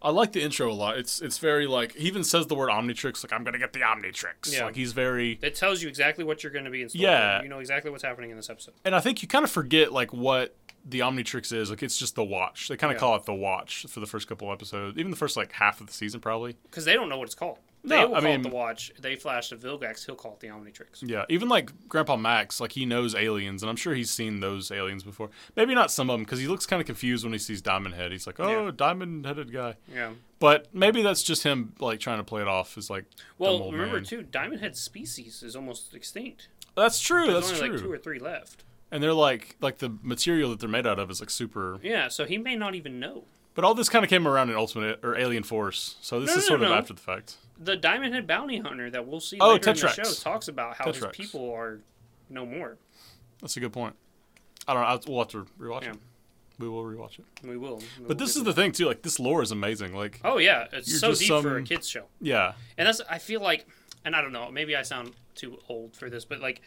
I like the intro a lot. It's it's very like he even says the word Omnitrix. Like I'm gonna get the Omnitrix. Yeah. Like he's very It tells you exactly what you're going to be in store. Yeah. for. you know exactly what's happening in this episode. and I think you kind of forget like what the Omnitrix is. Like it's just the watch. They kind of Yeah. call it the watch for the first couple episodes, even the first like half of the season probably. Because they don't know what it's called. No, they will I call mean- it the watch. They flash the Vilgax. He'll call it the Omnitrix. Yeah, even like Grandpa Max, like he knows aliens, and I'm sure he's seen those aliens before. Maybe not some of them because he looks kind of confused when he sees Diamond Head. He's like, oh, Yeah. diamond headed guy. Yeah. But maybe that's just him like trying to play it off as like. dumb Well, old remember man. too, Diamond Head species is almost extinct. That's true. There's That's only true. like two or three left. and they're like like the material that they're made out of is like super. Yeah, so he may not even know. But all this kind of came around in Ultimate or Alien Force, so this No, is no, sort of no. after the fact. The Diamond Head bounty hunter that we'll see Oh, later in the Tetrax. show talks about how his Tetrax. people are no more. That's a good point. I don't. know. I'll- We'll have to rewatch Yeah. it. we will rewatch it. We will. But this is the thing too. Like this lore is amazing. Like Oh yeah, it's You're so just deep for a some- kids show. yeah, And that's I feel like, and I don't know, maybe I sound too old for this, but like,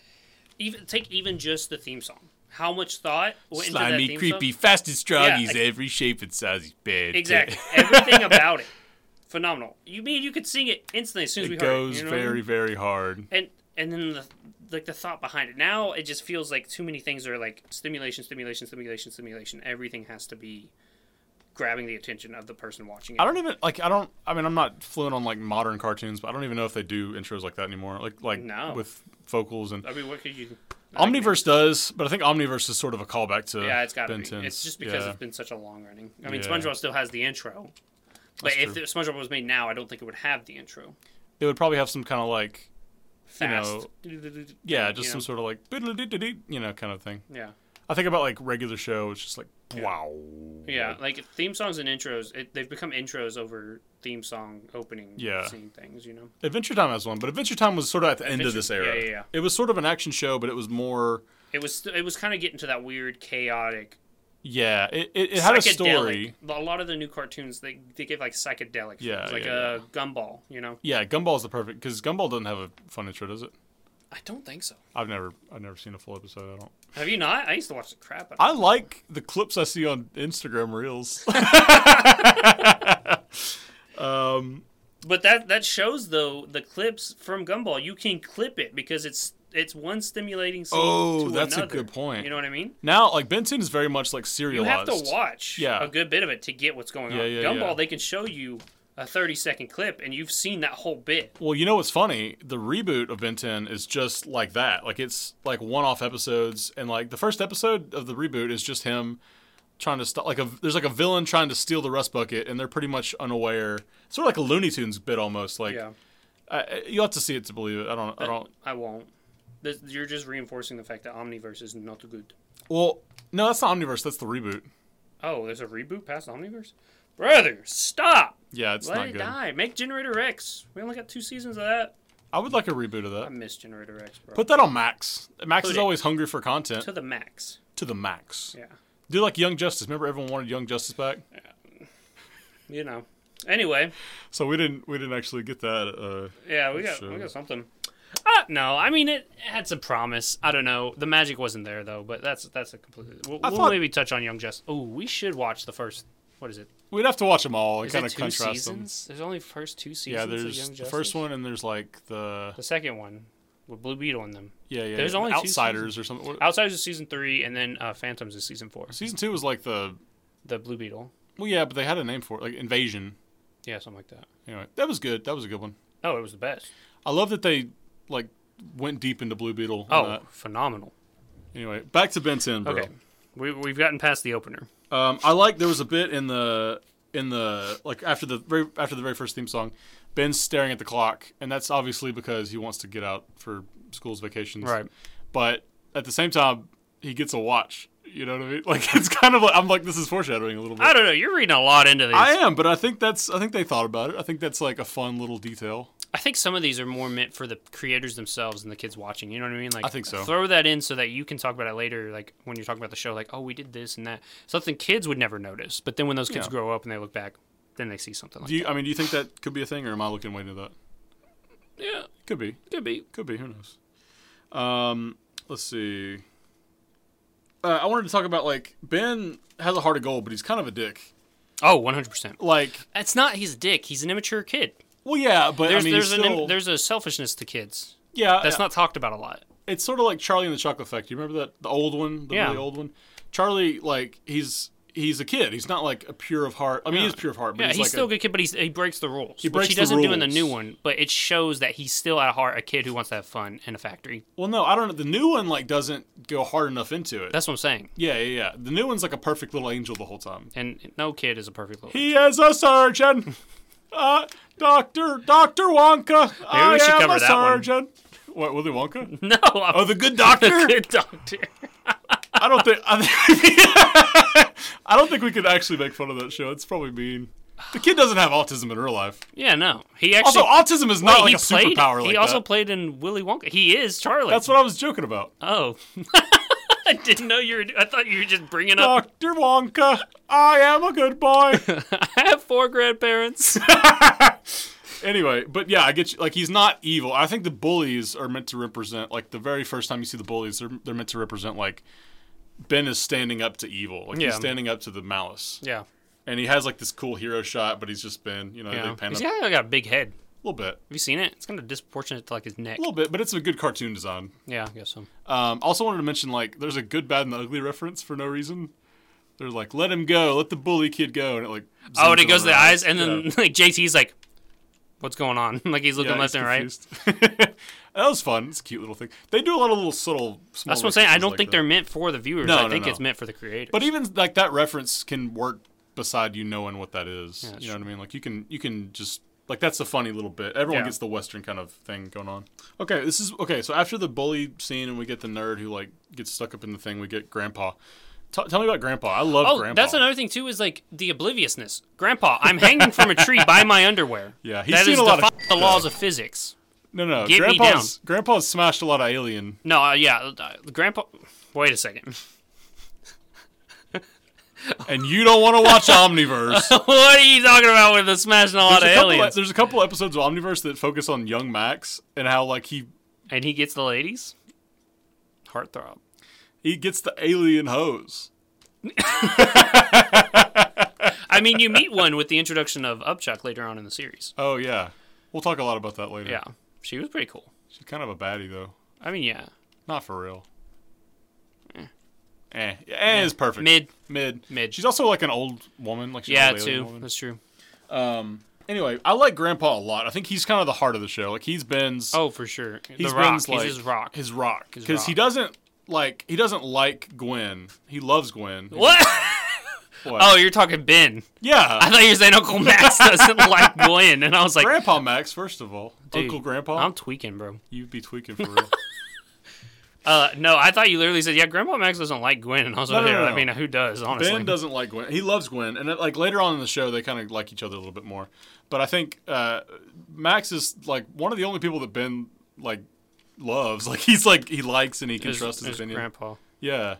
even take even just the theme song. How much thought went into that theme song? fast and strong. Yeah, he's like- every shape and size. He's bad. *laughs* Exactly, everything about it, phenomenal. You mean you could sing it instantly as soon as we It heard goes it, you know what I very, mean? very hard. and and then the like the thought behind it. Now it just feels like too many things are like stimulation, stimulation, stimulation, stimulation. Everything has to be grabbing the attention of the person watching it. I don't even like. I don't. I mean, I'm not fluent on like modern cartoons, but I don't even know if they do intros like that anymore. Like, like No. with vocals and I mean, what could you? Omniverse does, but I think Omniverse is sort of a callback to Yeah, it's got to Ben be. 10's. It's just because Yeah. it's been such a long running. I mean, Yeah. SpongeBob still has the intro, but That's if true. the, SpongeBob was made now, I don't think it would have the intro. it would probably have some kind of like Fast. yeah, just you some know? sort of like *laughs* biddle-dee-dee-dee, you know kind of thing. Yeah. I think about like regular show. It's just like wow. Yeah, like theme songs and intros, it, they've become intros over theme song opening Yeah. scene things, you know? Adventure Time has one, but Adventure Time was sort of at the end of Adventure- this era. yeah, yeah, yeah. It was sort of an action show, but it was more. It was it was kind of getting to that weird, chaotic, Yeah, it, it, it had a psychedelic- story. A lot of the new cartoons, they, they give like psychedelic. Yeah, feels, like yeah, a gumball, you know? Yeah, Gumball's the perfect because Gumball doesn't have a fun intro, does it? I don't think so. I've never, I've never seen a full episode. I don't. Have you not? I used to watch the crap out of I like the clips I see on Instagram *laughs* Reels. um, But that that shows though the clips from Gumball. You can clip it because it's it's one stimulating scene. Oh, to that's a another. good point. You know what I mean? now, like Benton is very much like You have serialized. to watch Yeah. a good bit of it to get what's going Yeah, on. yeah, Gumball, yeah. they can show you a thirty second clip, and you've seen that whole bit. Well, you know what's funny? The reboot of Ben 10 is just like that. Like it's like one-off episodes, and like the first episode of the reboot is just him trying to stop. Like a there's like a villain trying to steal the rust bucket, and they're pretty much unaware. Sort of like a Looney Tunes bit almost. Like yeah, I- I- you have to see it to believe it. I don't. I don't. I won't. This, you're just reinforcing the fact that Omniverse is not good. Well, no, that's not Omniverse. That's the reboot. Oh, there's a reboot past Omniverse. Brother, stop! Yeah, it's Let not it good. die. Make Generator X. We only got two seasons of that. I would like a reboot of I that. miss Generator X, bro. Put that on Max. Max Put is it- always hungry for content to the max. to the max. Yeah. Do like Young Justice. Remember, everyone wanted Young Justice back. you know. Anyway, So we didn't we didn't actually get that. Uh, yeah, we got we Sure. got something. Uh, no, I mean it had some promise. I don't know. The magic wasn't there though, but that's that's a completely. We'll, I we'll thought- maybe touch on Young Justice. Oh, we should watch the first. What is it? we'd have to watch them all and Is it kind of two contrast them. seasons? There's only first two seasons. Yeah, of there's Young the Justice. first one and there's like the The second one with Blue Beetle in them. yeah yeah There's yeah, only two outsiders or something. What- Outsiders is season three, and then uh, Phantoms is season four. Season two was like the The Blue Beetle. well yeah, but they had a name for it like Invasion. Yeah, something like that. Anyway, that was good. That was a good one. Oh, it was the best. I love that they like went deep into Blue Beetle. and Oh, that. phenomenal. anyway, back to Ben Ten, bro. Okay, we, we've gotten past the opener. Um, I like there was a bit in the in the like after the very after the very first theme song, Ben's staring at the clock, and that's obviously because he wants to get out for school's vacations. Right. But at the same time, he gets a watch. You know what I mean? *laughs* Like it's kind of like I'm like this is foreshadowing a little I bit. don't know. You're reading a lot into these. I am, but I think that's I think they thought about it. I think that's like a fun little detail. I think some of these are more meant for the creators themselves and the kids watching. You know what I mean? Like, I think so. Throw that in so that you can talk about it later, like when you're talking about the show. Like, oh, we did this and that. Something kids would never notice, but then when those kids Yeah. grow up and they look back, then they see something like Do you? I mean, do you think that could be a thing, or am I looking way into that? that. Yeah, Could be. could be. Could be. Who knows? Um, let's see. Uh, I wanted to talk about like Ben has a heart of gold, but he's kind of a dick. Oh, 100. percent Like, It's not his dick. He's an immature kid. well, yeah, but There's I mean, there's he's still, an there's a selfishness to kids yeah, that's yeah. not talked about a lot. It's sort of like Charlie and the Chocolate Factory. You remember that the old one, the Yeah. really old one? Charlie, like he's he's a kid. He's not like a pure of heart. I mean, he's pure of heart, but Yeah, he's, he's, like still a, a good kid, but he's, he breaks the rules. He breaks which he the doesn't do in the rules. new one, but it shows that he's still at heart a kid who wants to have fun in a factory. well, no, I don't know. The new one like doesn't go hard enough into it. That's what I'm saying. yeah, yeah, yeah. The new one's like a perfect little angel the whole time. And no kid is a perfect little. He is a surgeon. Uh, Doctor Doctor Wonka. I we should am cover a that one. surgeon. What Willy Wonka? *laughs* No, I'm Oh, the good doctor. good doctor. I don't think. I, think- *laughs* I don't think we could actually make fun of that show. It's probably mean. The kid doesn't have autism in real life. Yeah, no, he actually. oh, Also, autism is not like he a played. superpower. he like also that. played in Willy Wonka. He is Charlie. That's what I was joking about. oh, *laughs* I didn't know you were. I thought you were just bringing up. Dr. Wonka, I am a good boy. *laughs* I have four *laughs* grandparents. anyway, but yeah, I get you. Like he's not evil. I think the bullies are meant to represent like the very first time you see the bullies, they're they're meant to represent like Ben is standing up to evil. Like Yeah. he's standing up to the malice. yeah. And he has like this cool hero shot, but he's just Ben. You know, Yeah. they pan He's up got, got a big head. a little bit, Have you seen it? It's kind of disproportionate to like his neck. a little bit, but it's a good cartoon design. Yeah, I guess so. Um, also wanted to mention like there's a good, bad, and the ugly reference for no reason. They're like, let him go, let the bully kid go, and it like. Oh, and zooms it goes to in on the her eyes, and then Yeah. *laughs* like JT's like, "What's going on?" *laughs* like he's looking Yeah, left he's and right. confused. *laughs* that was fun. It's a cute little thing. They do a lot of little subtle. Small That's what I'm saying. I references don't like think that. they're meant for the viewers. No, I no, think no. it's meant for the creators. But even like that reference can work beside you knowing what that is. that's you know what I mean? Like you can you can just like that's a funny little bit. Everyone Yeah. gets the western kind of thing going on. Okay, this is okay. So after the bully scene and we get the nerd who like gets stuck up in the thing, we get Grandpa. T- tell me about Grandpa. I love oh, Grandpa. that's another thing too. Is like the obliviousness. Grandpa, I'm hanging from a tree by my underwear. *laughs* Yeah, he's That seen is a lot of defying shit, the though. laws of physics. no, no. Get me Grandpa's Grandpa's smashed a lot of alien. No, uh, yeah, uh, Grandpa. Wait a second. *laughs* And you don't want to *laughs* watch Omniverse. what are you talking about with the smashing a lot There's a, of couple, aliens? there's a couple episodes of Omniverse that focus on young Max and how like he and he gets the ladies. Heartthrob. he gets the alien hose. I mean, you meet one with the introduction of Upchuck later on in the series. Oh yeah, we'll talk a lot about that later. Yeah, she was pretty cool. she's kind of a baddie though, I mean, yeah, not for real. Eh, eh, eh is perfect. mid. mid, Mid. She's also like an old woman, like she's Yeah, an old alien too. woman. That's true. Anyway, I like Grandpa a lot. I think he's kind of the heart of the show. Like he's Ben's. Oh, for sure. he's the Rock. Ben's, like, he's his Rock. His rock. His Because he rock. doesn't like he doesn't like Gwen. He loves Gwen. What? *laughs* What? oh, you're talking Ben. yeah. *laughs* I thought you were saying Uncle *laughs* Max doesn't like Gwen, and I was like, Grandpa Max, first of all, Dude, Uncle Grandpa, I'm tweaking, bro. you'd be tweaking for real. Uh, no, I thought you literally said, yeah, Grandpa Max doesn't like Gwen, and I was No, like, no, no, I no. mean, who does, honestly? Ben doesn't like Gwen. He loves Gwen, and uh, like later on in the show, they kind of like each other a little bit more. But I think uh, Max is like one of the only people that Ben like loves. *laughs* Like he's like he likes and he can There's- trust his there's opinion. Grandpa. Yeah,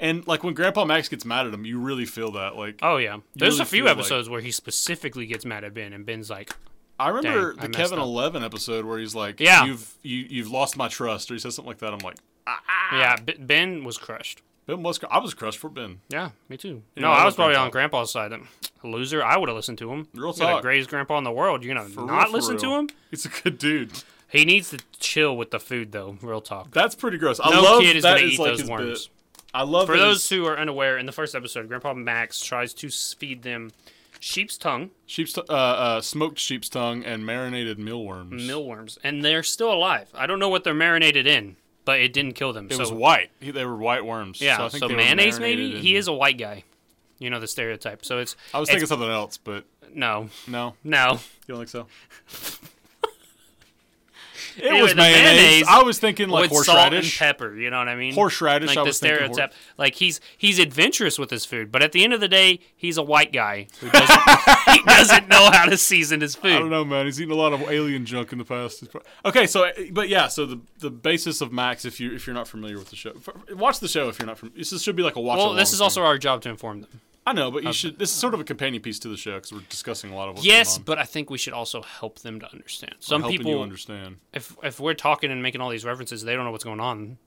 and like when Grandpa Max gets mad at him, you really feel that. Like Oh, yeah. There's really a few feel like- episodes where he specifically gets mad at Ben, and Ben's like, I remember Dang, I the messed Kevin up. Eleven episode where he's like, Yeah. you've you, you've lost my trust," or he says something like that. I'm like, Ah. yeah, B- Ben was crushed. Ben was I was crushed for Ben. Yeah, me too. know, no, I I love was probably Grandpa. on Grandpa's side. then. Loser, I would have listened to him. Real You're the talk. greatest grandpa in the world. You're gonna For real, not for listen to real. him. He's a good dude. He needs to chill with the food, though. Real talk. That's pretty gross. I No love kid is that gonna is eat like those his worms. bit. I love For that his- those who are unaware, in the first episode, Grandpa Max tries to s- feed them sheep's tongue sheep's t- uh, uh, smoked sheep's tongue and marinated mealworms. mealworms, and they're still alive. I don't know what they're marinated in, but it didn't kill them. it so was white. He- They were white worms. yeah, So, I so, think they were mayonnaise marinated maybe. in- He is a white guy. You know the stereotype. So it's I was it's- thinking something else, but no, no, no. you don't think *laughs* so. It Anyway, was the mayonnaise. mayonnaise I was thinking *laughs* like with salt and horseradish. pepper. You know what I mean? Horseradish. Like I the was thinking hor- stereotype. Like he's he's adventurous with his food, but at the end of the day, he's a white guy who *laughs* doesn't, he doesn't know how to season his I don't food. know, man. He's eaten a lot of alien junk in the past. It's pro- Okay, so but yeah, so the the basis of Max, if you if you're not familiar with the show, f- watch the show if you're not from. This should be like a watch. Well, along this is thing. also our job to inform them. I know, but you should. This is sort of a companion piece to the show because we're discussing a lot of what's Yes, going on. but I think we should also help them to understand. Some helping you people, understand. if if we're talking and making all these references, they don't know what's going on.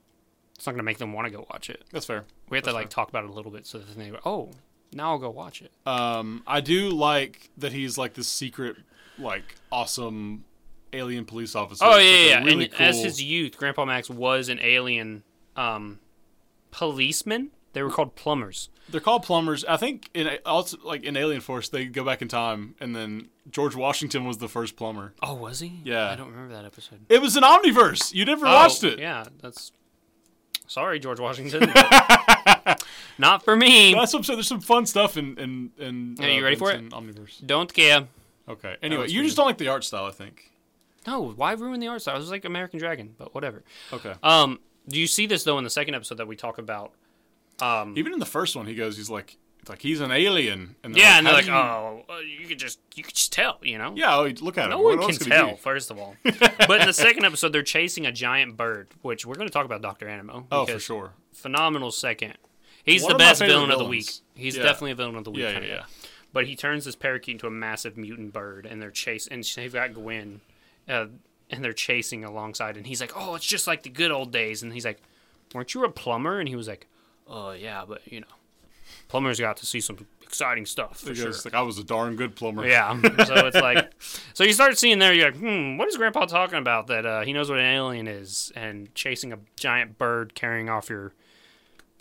It's not going to make them want to go watch it. That's fair. We have to like talk about it a little bit so that they go, oh, now I'll go watch it. Um, I do like that he's like this secret, like awesome alien police officer. Oh It's, yeah, like, a yeah. yeah. Really and as cool- his youth, Grandpa Max was an alien um, policeman. They were called plumbers. they're called plumbers. I think in also like in Alien Force, they go back in time, and then George Washington was the first plumber. Oh, was he? Yeah. I don't remember that episode. It was an omniverse. You never watched Oh, it. Yeah, that's. Sorry, George Washington. *laughs* Not for me. That's what I'm saying. There's some fun stuff in in in. Are you ready for Benson Omniverse. Don't care. Okay. Anyway, was you pretty just don't like the art style, I think. No, why ruin the art style? It was like American Dragon, but whatever. Okay. Um, do you see this though in the second episode that we talk about? Um, Even in the first one, he goes, he's like, it's like he's an alien. And they're yeah, and they're "How like, do you-" oh, uh, you could just you could just tell, you know. Yeah, like, look at No him. What one can else could he tell, do? first *laughs* of all. but in the second episode, they're chasing a giant bird, which we're going to talk about Doctor Animo. Oh, for because sure. Phenomenal second. He's One the of my best favorite villain of the week. villains. He's Yeah. definitely a villain of the week. Yeah, kinda yeah, guy. yeah. But he turns this parakeet into a massive mutant bird, and they're chasing. And they've got Gwen, uh, and they're chasing alongside. And he's like, "Oh, it's just like the good old days." And he's like, "Weren't you a plumber?" And he was like, "Oh yeah, but you know, plumbers got to see some exciting stuff for sure." Because, like, I was a darn good plumber. Yeah. So *laughs* it's like, so you start seeing there, you're like, hmm, what is Grandpa talking about? That uh, he knows what an alien is and chasing a giant bird carrying off your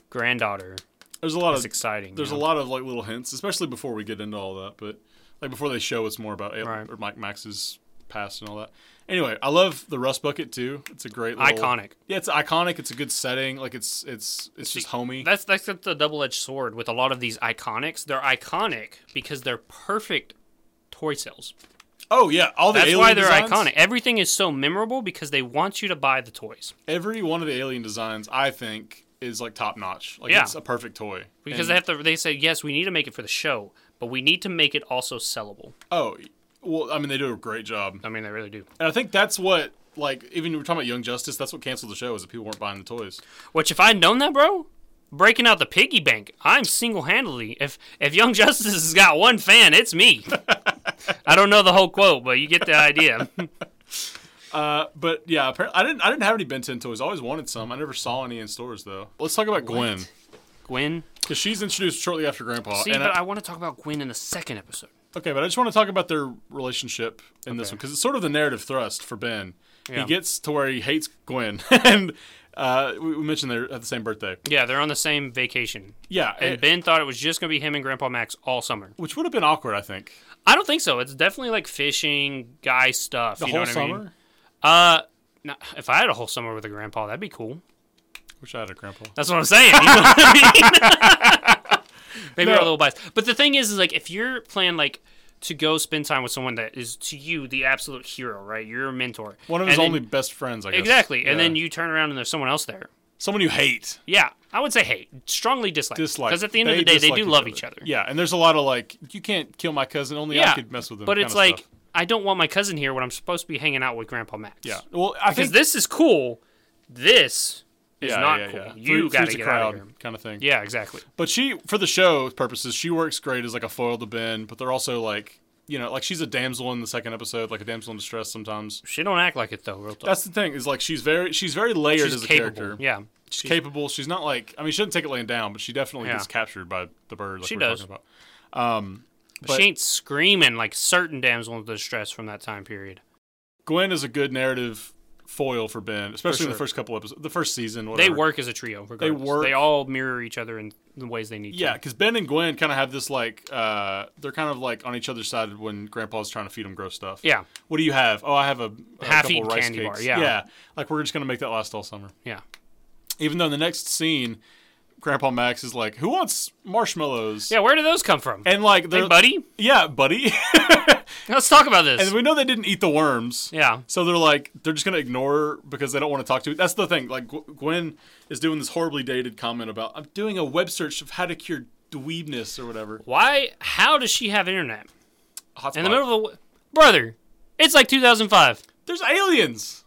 granddaughter. There's a lot It's of exciting. there's you a know? lot of like little hints, especially before we get into all that. But like before they show, it's more about Al- Right. or Mike Max's past and all that. Anyway, I love the rust bucket too. It's a great little, Iconic. Yeah, it's iconic. It's a good setting. Like it's it's it's just homey. That's that's the double edged sword with a lot of these iconics. They're iconic because they're perfect toy sales. oh yeah, all the That's alien why they're designs, iconic. Everything is so memorable because they want you to buy the toys Every one of the alien designs, I think, is like top notch. Like Yeah. it's a perfect toy. because And- they have to. They say yes, we need to make it for the show, but we need to make it also sellable. oh well, I mean they do a great job. I mean, they really do. And I think that's what like even we were talking about Young Justice. That's what canceled the show is that people weren't buying the toys. Which, if I'd known that, bro, breaking out the piggy bank, I'm single handedly. If if Young *laughs* Justice has got one fan, *laughs* it's me. I don't know the whole quote, but you get the idea. *laughs* Uh, but yeah, apparently I didn't. I didn't have any Ben 10 toys. I always wanted some. I never saw any in stores though. Let's talk about Gwen Gwen. because she's introduced shortly after Grandpa. See, and but I- I, want to talk about Gwen in the second episode. okay, but I just want to talk about their relationship in this Okay. one because it's sort of the narrative thrust for Ben. Yeah. He gets to where he hates Gwen, *laughs* and uh, we we mentioned they're at the same birthday. Yeah, they're on the same vacation. Yeah, And it- Ben thought it was just going to be him and Grandpa Max all summer. which would have been awkward, I think. I don't think so. It's definitely like fishing, guy stuff. The you know whole what summer, I mean? Uh, no, if I had a whole summer with a grandpa, that'd be cool. wish I had a Grandpa. That's what I'm saying. You know what *laughs* I mean? Maybe we're No. a little biased. But the thing is, is like if you're planning like to go spend time with someone that is to you the absolute hero, right? You're a mentor. One of his And only then- best friends, I guess. exactly. And Yeah. then you turn around and there's someone else there. someone you hate. Yeah, I would say hate, strongly dislike, dislike because at the end of the day, they do dislike love each other. Yeah, and there's a lot of like, you can't kill my cousin. Only yeah. I could mess with them. But kinda it's like stuff. I don't want my cousin here when I'm supposed to be hanging out with Grandpa Max. yeah. Well, I because think this is cool. This is yeah, not yeah, cool. yeah. You Fruit- got fruit's to a get out crowd of here. kind of thing. Yeah, exactly. But she, for the show purposes, she works great as like a foil to Ben. But they're also like, you know, like she's a damsel in the second episode, like a damsel in distress sometimes. She don't act like it though. Real talk. That's the thing is like she's very she's very layered She's as a capable. character. Yeah. She's capable. She's not like I mean, she doesn't take it laying down, but she definitely Yeah. gets captured by the bird. Like She we're does. Talking about. Um, But she ain't screaming like certain damsel in distress from that time period. Gwen is a good narrative foil for Ben, especially in sure. the first couple episodes, the first season. They Whatever. work as a trio. Regardless. They work- They all mirror each other in the ways they need Yeah, to. because Ben and Gwen kind of have this like uh, they're kind of like on each other's side when Grandpa's trying to feed them gross stuff. Yeah. What do you have? Oh, I have a, a couple Half-eaten rice candy bar, cakes. yeah. Yeah. Like we're just gonna make that last all summer. Yeah. Even though in the next scene, Grandpa Max is like, "Who wants marshmallows?" Yeah. Where do those come from? And like, hey, they're, buddy, yeah, buddy. *laughs* let's talk about this. and we know they didn't eat the worms. yeah. So they're like, they're just gonna ignore her because they don't want to talk to. That's the thing. Like Gw- Gwen is doing this horribly dated comment about, "I'm doing a web search of how to cure dweebness or whatever." Why? How does she have internet Hotspot. in the middle of the w- brother? It's like 2005. There's aliens.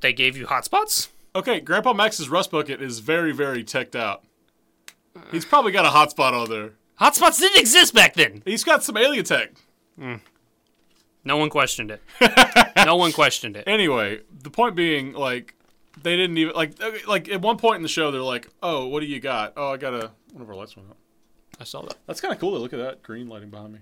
They gave you hotspots. Okay, Grandpa Max's rust bucket is very, very teched out. He's probably got a hotspot on there. Hotspots didn't exist back then. He's got some alien tech. No one questioned it. *laughs* no one questioned it. Anyway, the point being, like, they didn't even like okay, like at one point in the show they're like, "Oh, what do you got? Oh, I got a one of our lights went out." I saw that. That's kind of cool. though. Look at that green lighting behind me.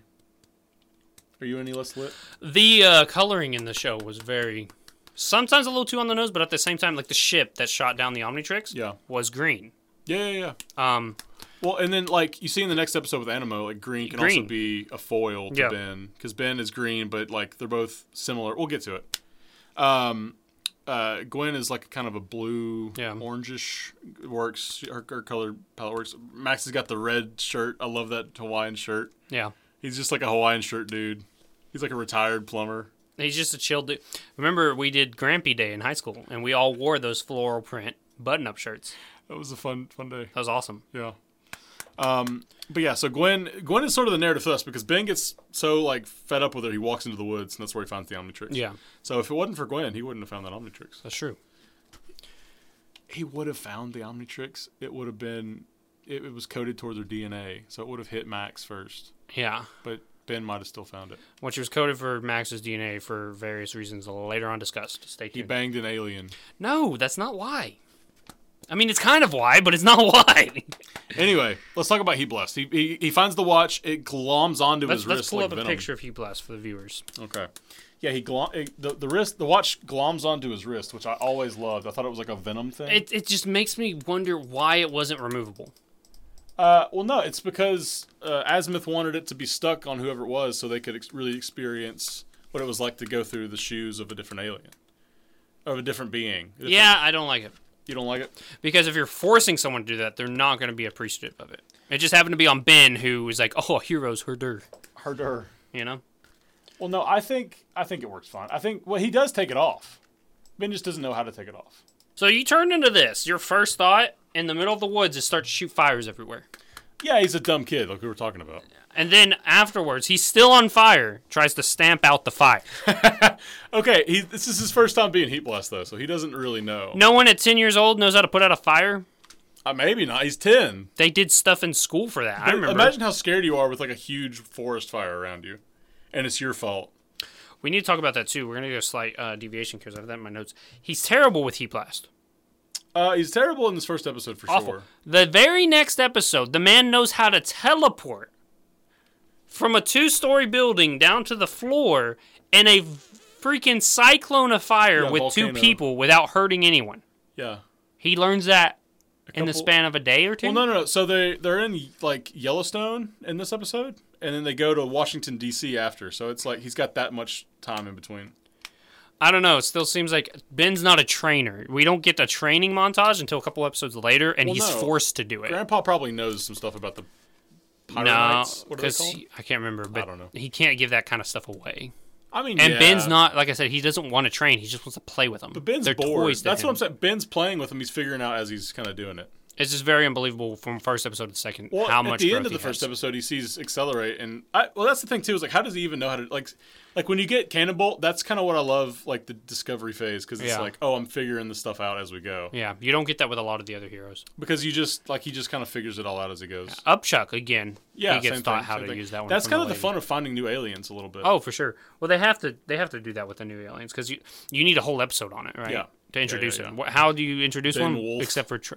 Are you any less lit? The uh, coloring in the show was very, sometimes a little too on the nose, but at the same time, like the ship that shot down the Omnitrix, Yeah. was green. Yeah, yeah, yeah. Um, Well, and then like you see in the next episode with Animo, like green can Green. also be a foil to Yeah. Ben because Ben is green, but like they're both similar. We'll get to it. Um, uh, Gwen is like kind of a blue, Yeah. orangish works. Her, her color palette works. Max has got the red shirt. I love that Hawaiian shirt. yeah, He's just like a Hawaiian shirt dude. He's like a retired plumber. he's just a chill dude. Remember, we did Grampy Day in high school, and we all wore those floral print button-up shirts. That was a fun, fun day. That was awesome. Yeah. Um, but yeah, so Gwen Gwen is sort of the narrative thrust because Ben gets so like fed up with her, he walks into the woods and that's where he finds the Omnitrix. Yeah. So if it wasn't for Gwen, he wouldn't have found that Omnitrix. That's true. He would have found the Omnitrix. It would have been it, it was coded toward their DNA, so it would have hit Max first. Yeah. But Ben might have still found it. Which was coded for Max's DNA for various reasons later on discussed. Stay He tuned. banged an alien. no, that's not why. I mean, it's kind of why, but it's not *laughs* why. Anyway, let's talk about He Blessed. He, he he finds the watch. It gloms onto let's his let's wrist pull like up a venom. picture of Hugh Blast for the viewers. Okay. Yeah, he glom- it, the the wrist the watch gloms onto his wrist, which I always loved. I thought it was like a venom thing. It, it just makes me wonder why it wasn't removable. uh, well, no, it's because uh, Azimuth wanted it to be stuck on whoever it was, so they could ex- really experience what it was like to go through the shoes of a different alien, of a different being. A different- Yeah, I don't like it. you don't like it. Because if you're forcing someone to do that, they're not going to be appreciative of it. It just happened to be on Ben, who was like, "Oh, heroes, herder," Harder. you know. Well, no, I think I think it works fine. I think well, he does take it off. Ben just doesn't know how to take it off. So you turned into this. Your first thought in the middle of the woods is start to shoot fires everywhere, Yeah, he's a dumb kid, like we were talking about. and then afterwards, he's still on fire. Tries to stamp out the fire. *laughs* Okay, he, this is his first time being heat blessed though, so he doesn't really know. No one at ten years old knows how to put out a fire. Uh, maybe not. He's ten. They did stuff in school for that. I remember. Imagine how scared you are with like a huge forest fire around you, and it's your fault. we need to talk about that too. We're gonna do a slight uh, deviation because I have that in my notes. He's terrible with heat blast. Uh, he's terrible in this first episode for Awful. sure. The very next episode, the man knows how to teleport from a two story building down to the floor in a freaking cyclone of fire Yeah, with volcano. two people without hurting anyone. Yeah. He learns that A in the couple- span of a day or two. Well, no, no, no. So they they're in like Yellowstone in this episode, and then they go to Washington D.C. after. So it's like he's got that much time in between. I don't know. It still seems like Ben's not a trainer. We don't get the training montage until a couple episodes later, and Well, he's no. forced to do it. Grandpa probably knows some stuff about the no, pyramids. what are they because called? I can't remember, but don't know. he can't give that kind of stuff away. I mean, And yeah. Ben's not like I said. He doesn't want to train. He just wants to play with them. But Ben's They're bored. Toys to That's him. what I'm saying. Ben's playing with him. He's figuring out as he's kind of doing it. It's just very unbelievable from first episode to second Well, how much at the growth end of he the first has. episode, he sees accelerate, and I, well, that's the thing too. Is like, how does he even know how to like, like when you get cannonball? That's kind of what I love, like the discovery phase, because it's Yeah. like, oh, I'm figuring this stuff out as we go, Yeah, you don't get that with a lot of the other heroes. because you just like he just kind of figures it all out as he goes. Upchuck again. Yeah, he gets same taught thing, how same to thing. use that one. That's from kind of the lady. fun of finding new aliens a little bit. Oh, for sure. Well, they have to. They have to do that with the new aliens because you you need a whole episode on it, right? Yeah. To introduce yeah, yeah. it. What- How do you introduce Ben one Wolf. except for? Tr-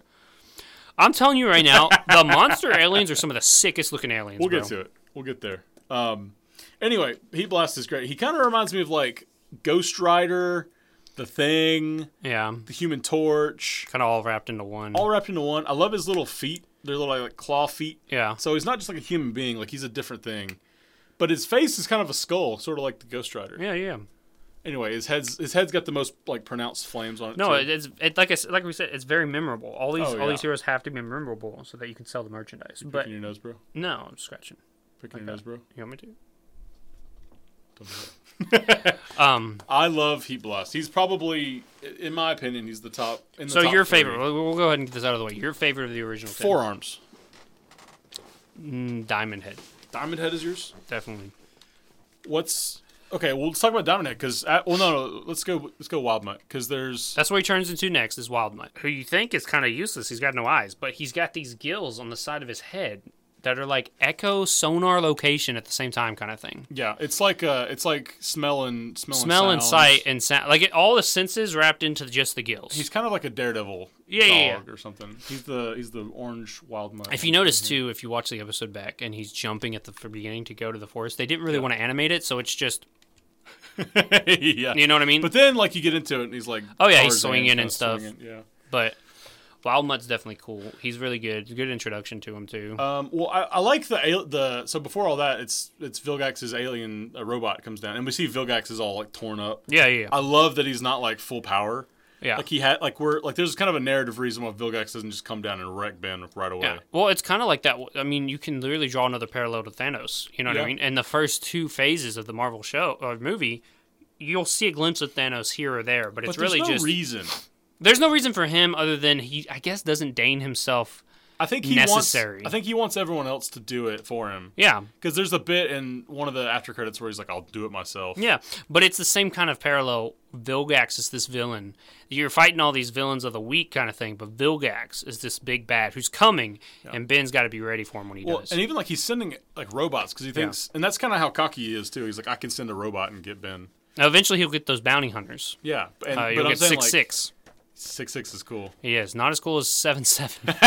I'm telling you *laughs* right now, the monster aliens are some of the sickest looking aliens. we'll get to it. We'll get there. Um, anyway, Heat Blast is great. He kind of reminds me of like Ghost Rider, The Thing, Yeah, The Human Torch. kind of all wrapped into one. all wrapped into one. I love his little feet. They're little like claw feet. Yeah. So he's not just like a human being. Like he's a different thing. But his face is kind of a skull, sort of like the Ghost Rider. Yeah, yeah. Anyway, his head's his head's got the most like pronounced flames on it. No, too. it, it's it, like I s like we said, it's very memorable. All these Oh, all yeah. these heroes have to be memorable so that you can sell the merchandise. But picking your nose, bro. no, I'm scratching. Picking your nose, bro. You want me Don't do that. to? Um. I love Heat Blast. He's probably, i- in my opinion, he's the top. In the So top your three. favorite? We'll, we'll go ahead and get this out of the way. Your favorite of the original ten. forearms. Mm, Diamond Head, Diamond Head is yours. definitely. What's okay? Well, let's talk about Diamond Head because well, no, no, let's go let's go Wild Mutt because there's That's what he turns into next is Wild Mutt, who you think is kind of useless. He's got no eyes, but he's got these gills on the side of his head that are like echo sonar location at the same time kind of thing. yeah, it's like uh, it's like smell and smell, Smell and sounds. sight and sound, like it, all the senses wrapped into just the gills. He's kind of like a daredevil Yeah, dog yeah, yeah. or something. He's the he's the orange wild mutt. If you notice too, if you watch the episode back and he's jumping at the f- beginning to go to the forest, they didn't really want to animate it, so it's just *laughs* yeah. you know what I mean. But But, then like you get into it and he's like Oh, yeah, he's Tarzan swinging kinda and stuff. swinging, Yeah. Wild Mutt's definitely cool. He's really good. Good introduction to him too. Um, well, I, I like the al- the so before all that, it's it's Vilgax's alien uh, robot comes down and we see Vilgax is all like torn up. yeah, yeah, yeah. I love that he's not like full power. yeah. Like he had like we're like there's kind of a narrative reason why Vilgax doesn't just come down and wreck Ben right away. Yeah. Well, it's kind of like that. I mean, you can literally draw another parallel to Thanos. You know what Yeah. I mean? In the first two phases of the Marvel show or movie, you'll see a glimpse of Thanos here or there, but But it's there's really no just reason. there's no reason for him other than he, I guess, doesn't deign himself I think he necessary. wants. I think he wants everyone else to do it for him. yeah, Because there's a bit in one of the after credits where he's like, "I'll do it myself." yeah, but it's the same kind of parallel. Vilgax is this villain. You're fighting all these villains of the week kind of thing, but Vilgax is this big bad who's coming, and Ben's got to be ready for him when he Well, does. and even like he's sending like robots because he thinks, and that's kind of how cocky he is too. He's like, "I can send a robot and get Ben." now, eventually, he'll get those bounty hunters. Yeah, and Uh, but you'll I'm get saying six like six. six six is cool. He is not as cool as *laughs* seven seven, *laughs*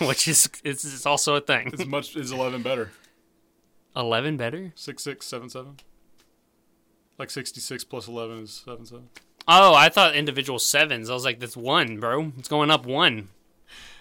which is it's, it's also a thing. It's much is eleven better. Eleven better? Six six seven seven. Like sixty six plus eleven is seven seven. Oh, I thought individual sevens. I was like, that's one, bro. It's going up one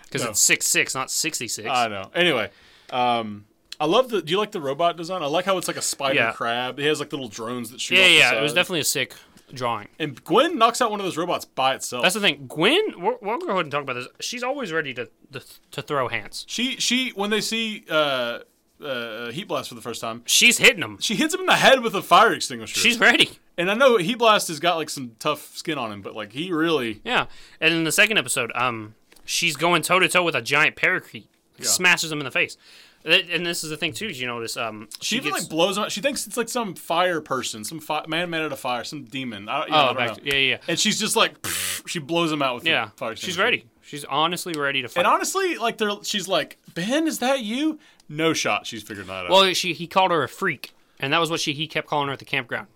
because No. Uh, it's six six, not sixty six. I know. Anyway, um, I love the. Do you like the robot design? I like how it's like a spider Yeah. crab. It has like little drones that shoot. yeah, off the yeah. It was side. definitely a sick drawing. And Gwen knocks out one of those robots by itself. That's the thing. Gwen, we're, we'll go ahead and talk about this. She's always ready to to, to throw hands. she she when they see uh, uh, Heat Blast for the first time, She's hitting them. she hits him in the head with a fire extinguisher. She's ready. and I know Heat Blast has got like some tough skin on him, but like he really Yeah. And in the second episode, um, she's going toe to toe with a giant parakeet, smashes him in the face. Th- And this is the thing too. is You notice, um, she, she even gets like blows him. out. She thinks it's like some fire person, some fi- man made out of fire, some demon. I, you know, I oh, don't back know. to, yeah, yeah, yeah. And she's just like, *laughs* she blows him out with yeah. the fire. she's extinguisher. ready. She's honestly ready to fight. And honestly, like they're she's like, Ben, is that you? No shot. She's figured that out. Well, she he called her a freak, and that was what she he kept calling her at the campground.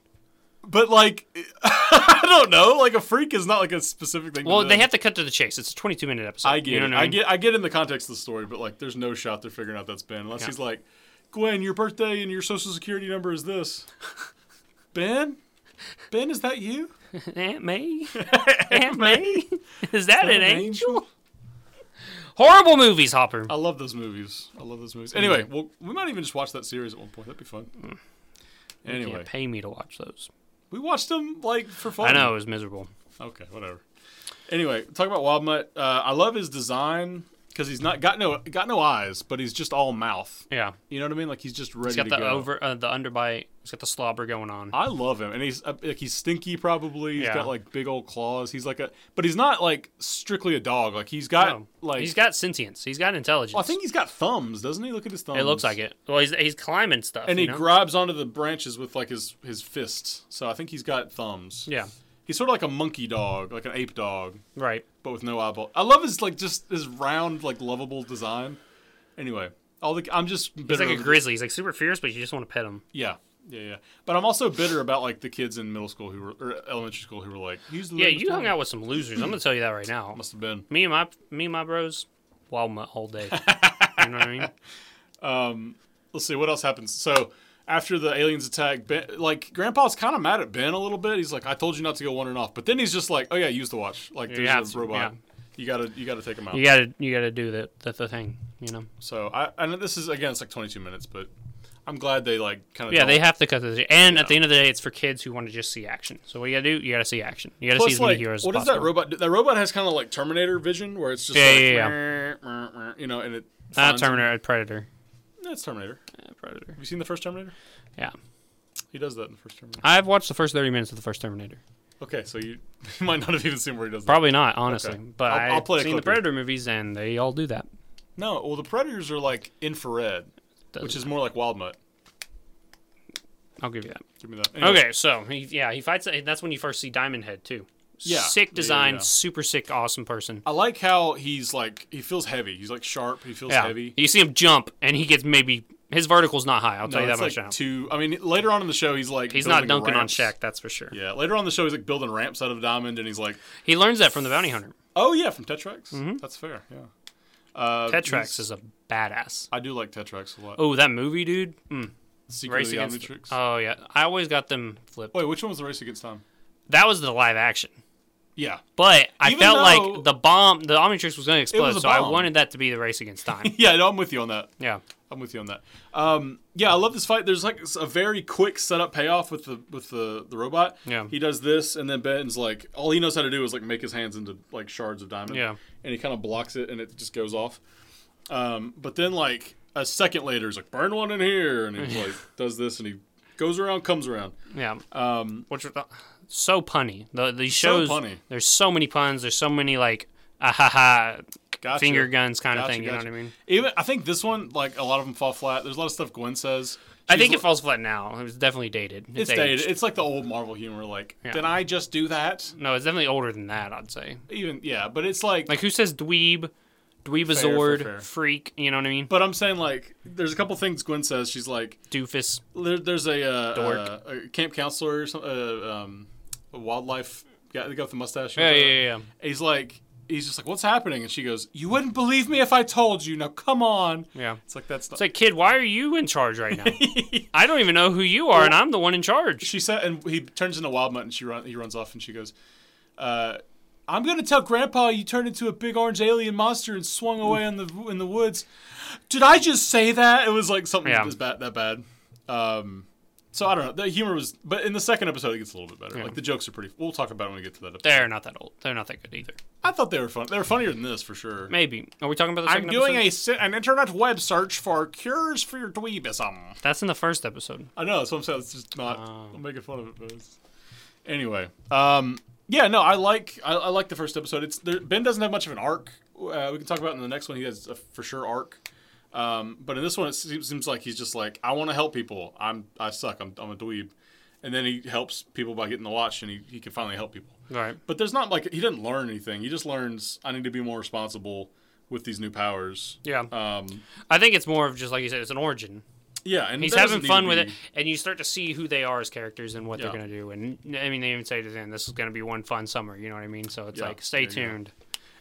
But like, *laughs* I don't know. Like a freak is not like a specific thing. to Well, them. they have to cut to the chase. It's a 22 minute episode. I get. You know it. what I, I mean? get. I get in the context of the story, but like, there's no shot they're figuring out that's Ben unless he's like, Gwen, your birthday and your social security number is *laughs* this. ben, Ben, is that *laughs* you? Aunt *laughs* May, Aunt May, is that An an angel? *laughs* Horrible movies, Hopper. I love those movies. I love those movies. Mm. Anyway, well, we might even just watch that series at one point. That'd be fun. You Anyway, can't pay me to watch those. we watched them like for fun. I know it was miserable. Okay, whatever. Anyway, talk about Wildmutt. Uh, I love his design because he's not got no got no eyes, but he's just all mouth. Yeah, You know what I mean? Like he's just ready he's got to the go. over, uh, the underbite. He's got the slobber going on. I love him, and he's uh, like he's stinky probably. He's Yeah. got like big old claws. He's like a, but he's not like strictly a dog. Like he's got Oh. like he's got sentience. He's got intelligence. I think he's got thumbs, doesn't he? Look at his thumbs. it looks like it. Well, he's he's climbing stuff. And you he know? grabs onto the branches with like his his fists. So I think he's got thumbs. yeah, He's sort of like a monkey dog, like an ape dog. right. but with no eyeball. I love his like just his round, like lovable design. Anyway, all the I'm just bitter. He's like a over- grizzly. He's like super fierce, but you just want to pet him. yeah, yeah, yeah. But I'm also bitter about like the kids in middle school who were or elementary school who were like, "He's the Yeah, lamest you hung one." out with some losers. I'm gonna tell you that *laughs* right now. Must have been. Me and my me and my bros, wild mutt *laughs* all day. you know what I mean? Let's see what else happens. So after the aliens attack, ben, like Grandpa's kind of mad at Ben a little bit. He's like, "I told you not to go on and off," but then he's just like, "Oh yeah, use the watch. Like there's have a to, robot." yeah. You gotta, you gotta take him out. You gotta you gotta do the the, the thing. You know? So I, I know this is again, it's like 22 minutes, but I'm glad they like kind of. Yeah, they have to cut this. And at the end of the day, it's for kids who want to just see action. So what you gotta do? You gotta see action. You gotta see Plus, as many like, heroes. what as does that possible. robot? do? That robot has kind of like Terminator vision, where it's just Yeah, like, yeah, "Meow, meow," you know, and it. Not finds him. Uh, Terminator, Predator. That's Terminator. Have Yeah, Predator. you seen the first Terminator? Yeah, He does that in the first Terminator. I've watched the first thirty minutes of the first Terminator. Okay, so you, *laughs* you might not have even seen where he does that. Probably not, honestly. Okay. But I'll- I'll I've play a seen the clip here. Predator movies, and they all do that. No, well, the Predators are like infrared, Doesn't which is more like Wild Mutt. I'll give you that. Give me that. Anyway, Okay, so he, yeah, he fights. and That's when you first see Diamond Head too. Yeah. Yeah, sick yeah, design, yeah. super sick, awesome person. I like how he's like he feels heavy. He's like sharp. He feels Yeah, heavy. you see him jump, and he gets maybe his vertical's not high. I'll No, tell you that it's, much like now. too. I mean, later on in the show, he's like He's not building dunking ramps. on Shaq, that's for sure. Yeah, later on in the show, he's like building ramps out of diamond, and he's like, He learns that from the bounty hunter. oh yeah, from Tetrax. Mm-hmm. That's fair. Yeah. Uh, Tetrax is a badass. I do like Tetrax a lot. Oh, that movie, dude. Mm. Secret Race of the against. Omnitrix. Oh yeah, I always got them flipped. Wait, which one was the Race Against Time? That was the live action, Yeah, but I Even felt though- like the bomb, the Omnitrix was going to explode, a so I bomb. wanted that to be the race *laughs* against time. yeah, no, I'm with you on that. yeah, I'm with you on that. Um, yeah, I love this fight. There's like a very quick setup payoff with the with the, the robot. Yeah. he does this, and then Ben's like, all he knows how to do is like make his hands into like shards of diamond. Yeah. and he kind of blocks it, and it just goes off. Um, but then like a second later, he's like, burn one in here, and he *laughs* like does this, and he goes around, comes around. yeah. Um, which was- so punny. The these shows, punny. there's so many puns. There's so many like ah ha ha Gotcha. finger guns kind Gotcha, of thing. You gotcha. know what I mean? Even I think this one, like a lot of them fall flat. There's a lot of stuff Gwen says. I think She's- it falls flat now. It was definitely dated. It's aged. dated. It's like the old Marvel humor. Like, Yeah. did I just do that? No, it's definitely older than that. I'd say. Even yeah, but it's like. Like who says dweeb, dweebazord, fair. freak? You know what I mean? but I'm saying like, there's a couple things Gwen says. She's like, Doofus. there, there's a, uh, Dork. uh, a camp counselor or some uh, um, a wildlife guy, the guy with the mustache. Yeah, yeah, yeah. yeah. He's like, he's just like, what's happening? And she goes, you wouldn't believe me if I told you. Now come on. Yeah. It's like that's not. It's like, kid, why are you in charge *laughs* right now? I don't even know who you are, and I'm the one in charge. she said, and he turns into Wild Mutt, and she run, he runs off, and she goes, uh, "I'm gonna tell Grandpa you turned into a big orange alien monster and swung away in the in the woods." Did I just say that? It was like something Yeah. that was bad, that bad. Um, so I don't know. The humor was, but in the second episode, it gets a little bit better. Like the jokes are pretty. We'll talk about it when we get to that episode. They're not that old. They're not that good either. I thought they were fun. They were funnier than this for sure. Maybe. Are we talking about the I'm second doing episode? a si- an internet web search for cures for your dweebism. That's in the first episode. I know. That's what I'm saying. It's just not. Oh. I'm making fun of it, but it's... anyway. Um, yeah, no, I like I, I like the first episode. It's there, Ben doesn't have much of an arc. Uh, we can talk about it in the next one. He has a for sure arc. Um, but in this one, it seems, seems like he's just like I want to help people. I'm I suck. I'm, I'm a dweeb, and then he helps people by getting the watch, and he, he can finally help people. Right. But there's not like he didn't learn anything. He just learns I need to be more responsible with these new powers. Yeah. Um, Uh, I think it's more of just like you said, it's an origin. yeah, and He's that doesn't having need fun to with be- it, and you start to see who they are as characters and what Yeah. they're going to do. And I mean, they even say to the end, this is going to be one fun summer. You know what I mean? So it's Yeah, like, stay there you go. tuned.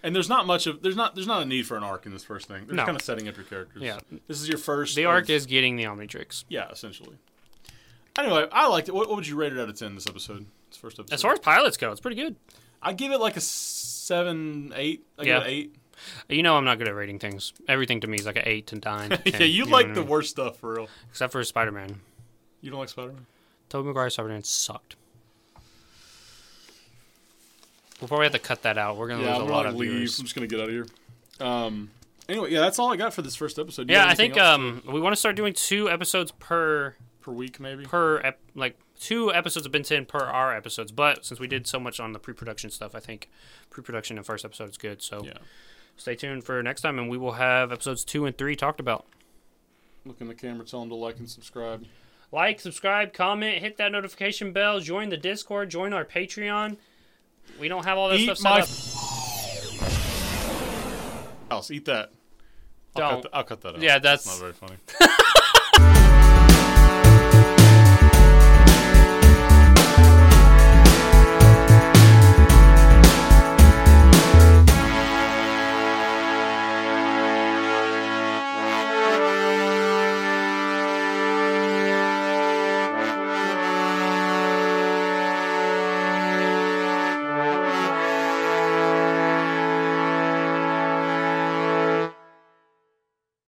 And there's not much of there's not there's not a need for an arc in this first thing. They're No. kind of setting up your characters. Yeah. This is your first. The of- arc is getting the Omnitrix. yeah, essentially. Anyway, I liked it. What, what would you rate it out of ten? This episode, this first episode. As far as pilots go, it's pretty good. I give it like a seven, eight. I give Yeah. it eight. You know, I'm not good at rating things. Everything to me is like an eight to nine. to 10, *laughs* yeah, you know like what I the mean? worst stuff for real. except for Spider Man. You don't like Spider Man. Tobey Maguire Spider Man sucked. We'll probably have to cut that out. We're gonna Yeah, lose I'm a lot gonna of leave. viewers. I'm just gonna get out of here. Um. Anyway, yeah, that's all I got for this first episode. You Yeah, got I anything think else um, we want to start doing two episodes per per week maybe. per ep- like two episodes of Ben 10 per our episodes. But since we did so much on the pre-production stuff, I think pre-production and first episode is good. So yeah. stay tuned for next time, and we will have episodes two and three talked about. Look in the camera. Tell them to like and subscribe. Like, subscribe, comment, hit that notification bell, join the Discord, join our Patreon. We don't have all that Eat stuff my set up. house. Eat that. I'll Don't. cut, th- I'll cut that out. Yeah, that's- not very funny.